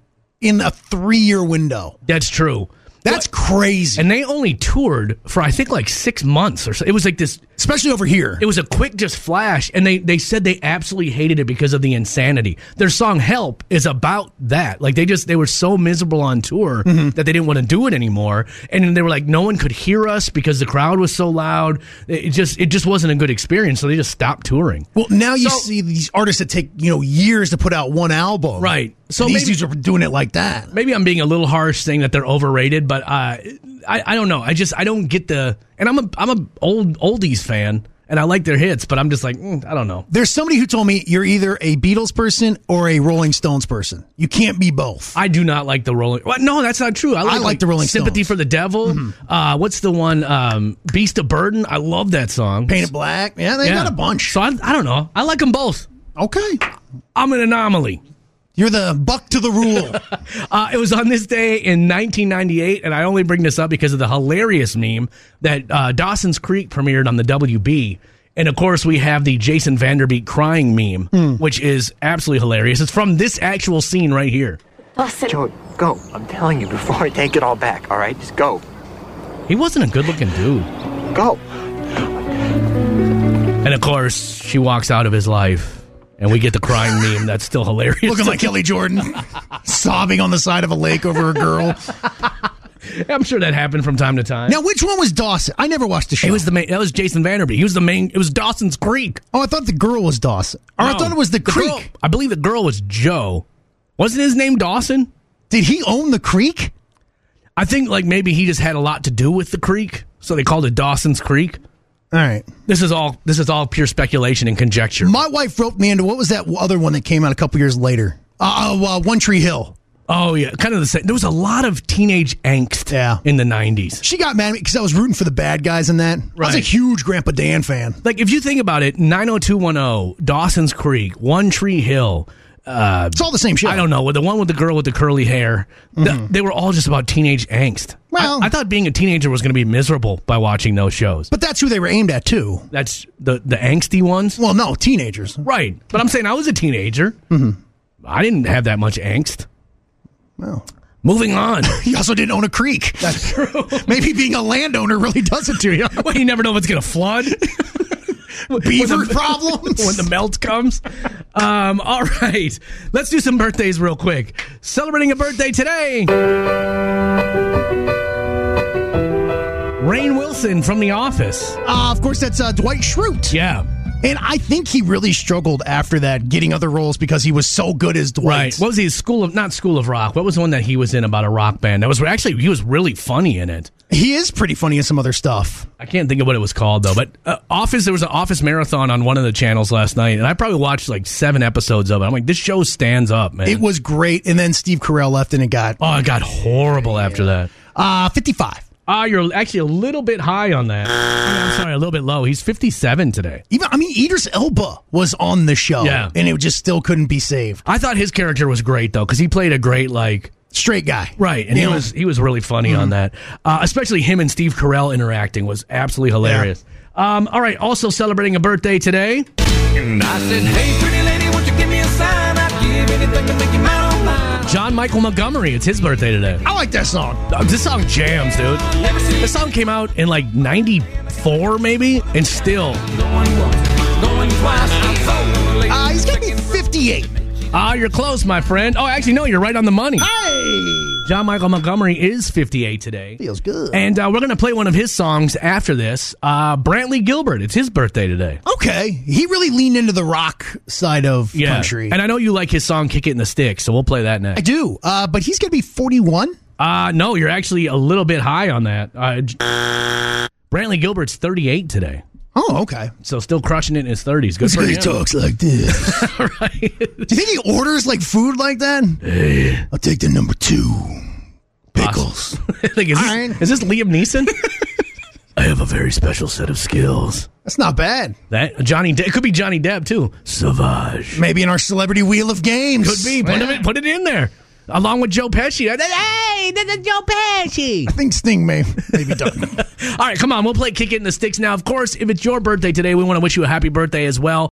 Speaker 2: in a three-year window.
Speaker 1: That's true.
Speaker 2: That's crazy,
Speaker 1: and they only toured for I think like six months or so. It was like this.
Speaker 2: especially over here.
Speaker 1: It was a quick just flash, and they they said they absolutely hated it because of the insanity. Their song "Help" is about that. Like they just they were so miserable on tour that they didn't want to do it anymore, and then they were like, no one could hear us because the crowd was so loud. It it just it just wasn't a good experience, so they just stopped touring.
Speaker 2: Well, now you
Speaker 1: So-
Speaker 2: see these artists that take you know years to put out one album,
Speaker 1: Right. So
Speaker 2: So these
Speaker 1: maybe-
Speaker 2: dudes are doing it like that.
Speaker 1: maybe I'm being a little harsh saying that they're overrated, but uh, I I don't know. I just I don't get the and I'm a I'm a old oldies fan and I like their hits, but I'm just like mm, I don't know.
Speaker 2: There's somebody who told me you're either a Beatles person or a Rolling Stones person. You can't be both.
Speaker 1: I do not like the Rolling. Well, no, that's not true. I like,
Speaker 2: like the Rolling
Speaker 1: Sympathy
Speaker 2: Stones. Mm-hmm.
Speaker 1: for the Devil. Uh, what's the one? Um, Beast of Burden. I love that song.
Speaker 2: Painted black. Yeah, they
Speaker 1: Yeah.
Speaker 2: got a bunch.
Speaker 1: So I, I don't know. I like them both.
Speaker 2: okay.
Speaker 1: I'm an anomaly.
Speaker 2: You're the buck to the rule.
Speaker 1: Uh, it was on this day in 1998, and I only bring this up because of the hilarious meme that uh, Dawson's Creek premiered on the WB. And of course, we have the Jason Vanderbeek crying meme,
Speaker 2: Hmm.
Speaker 1: which is absolutely hilarious. It's from this actual scene right here.
Speaker 8: Listen,
Speaker 9: Joe, go. I'm telling you before I take it all back, all right? Just go.
Speaker 1: He wasn't a good looking dude.
Speaker 9: Go.
Speaker 1: And of course, she walks out of his life, and we get the crying meme that's still hilarious.
Speaker 2: Looking like Kelly Jordan, sobbing on the side of a lake over a girl.
Speaker 1: I'm sure that happened from time to time.
Speaker 2: Now, which one was Dawson? I never watched the show.
Speaker 1: It was the main, that was Jason Vanderbeek. He was the main. It was Dawson's Creek.
Speaker 2: oh, I thought the girl was Dawson. Or I
Speaker 1: No.
Speaker 2: thought it was the, creek.
Speaker 1: girl- I believe the girl was Joe. Wasn't his name Dawson?
Speaker 2: Did he own the creek?
Speaker 1: I think like maybe he just had a lot to do with the creek, so they called it Dawson's Creek.
Speaker 2: All right.
Speaker 1: This is all this is all pure speculation and conjecture.
Speaker 2: My wife roped me into what was that other uh, one that came out a couple years later? Uh, uh, One Tree Hill.
Speaker 1: Oh yeah, kind of the same. There was a lot of teenage angst
Speaker 2: Yeah.
Speaker 1: in the '90s.
Speaker 2: She got mad at me because I was rooting for the bad guys in that. I was a
Speaker 1: Right.
Speaker 2: huge Grandpa Dan fan.
Speaker 1: Like if you think about it, 90210, Dawson's Creek, One Tree Hill. Uh,
Speaker 2: It's all the same shit.
Speaker 1: I don't know. The one with the girl with the curly hair. th- they were all just about teenage angst.
Speaker 2: Well-
Speaker 1: I, I thought being a teenager was going to be miserable by watching those shows.
Speaker 2: But that's who they were aimed at too.
Speaker 1: That's the the angsty ones,
Speaker 2: Well, no, teenagers.
Speaker 1: right? But I'm saying I was a teenager. I didn't have that much angst.
Speaker 2: Well,
Speaker 1: Moving on.
Speaker 2: you also didn't own a creek. That's true. Maybe being a landowner really does it to you.
Speaker 1: well, you never know if it's going to flood.
Speaker 2: Beaver
Speaker 1: When the-
Speaker 2: problems.
Speaker 1: when the melt comes. Um, all right, let's do some birthdays real quick. Celebrating a birthday today. Rain Wilson from The Office.
Speaker 2: uh, of course, that's uh, Dwight Schrute.
Speaker 1: Yeah,
Speaker 2: And I think he really struggled after that, getting other roles because he was so good as Dwight.
Speaker 1: right. What was he? School of not School of Rock. What was the one that he was in about a rock band? That was actually he was really funny in it.
Speaker 2: He is pretty funny in some other stuff.
Speaker 1: I can't think of what it was called though. But uh, Office, there was an Office marathon on one of the channels last night, and I probably watched like seven episodes of it. I'm like, this show stands up, man.
Speaker 2: It was great. And then Steve Carell left and it got
Speaker 1: oh, it got horrible after that.
Speaker 2: uh, 55.
Speaker 1: Ah, you're actually a little bit high on that. I mean, I'm sorry, a little bit low. He's 57 today.
Speaker 2: Even I mean, Idris Elba was on the show,
Speaker 1: Yeah.
Speaker 2: and it just still couldn't be saved.
Speaker 1: I thought his character was great though, because he played a great like
Speaker 2: Straight guy,
Speaker 1: right, and
Speaker 2: You
Speaker 1: he
Speaker 2: know,
Speaker 1: was he was really funny on that. Uh, especially him and Steve Carell interacting was absolutely hilarious. Um, all right, also celebrating a birthday today. John Michael Montgomery, it's his birthday today.
Speaker 2: I like that song.
Speaker 1: Uh, This song jams, dude. This song came out in like '94 maybe, and still
Speaker 2: Uh, he's gonna be 58.
Speaker 1: Ah, you're close, my friend. Oh, actually, no, you're right on the money.
Speaker 2: Ah.
Speaker 1: John Michael Montgomery is 58 today.
Speaker 2: Feels good.
Speaker 1: And uh, we're going to play one of his songs after this. Uh, Brantley Gilbert, it's his birthday today.
Speaker 2: Okay, he really leaned into the rock side of country.
Speaker 1: And I know you like his song Kick It in the Stick, so we'll play that
Speaker 2: I
Speaker 1: next.
Speaker 2: do, uh, but he's gonna be 41.
Speaker 1: Uh, no, you're actually a little bit high on that. Uh, J- Brantley Gilbert's 38 today.
Speaker 2: Oh, okay.
Speaker 1: So still crushing it in his 30s. Good for
Speaker 2: He
Speaker 1: him.
Speaker 2: talks like this. Do you think he orders like food like that? I'll take the number two pickles.
Speaker 1: like, is,
Speaker 2: All
Speaker 1: this,
Speaker 2: right.
Speaker 1: is this Liam Neeson? I have a very special set of skills.
Speaker 2: That's not bad.
Speaker 1: That Johnny De- it could be Johnny Depp too. Savage
Speaker 2: Maybe in our celebrity wheel of games.
Speaker 1: could be. Put it put it in there along with Joe Pesci. Hey, this is Joe Pesci.
Speaker 2: I think Sting may maybe done.
Speaker 1: All right, come on, we'll play kick it in the sticks now. Of course, if it's your birthday today, we want to wish you a happy birthday as well.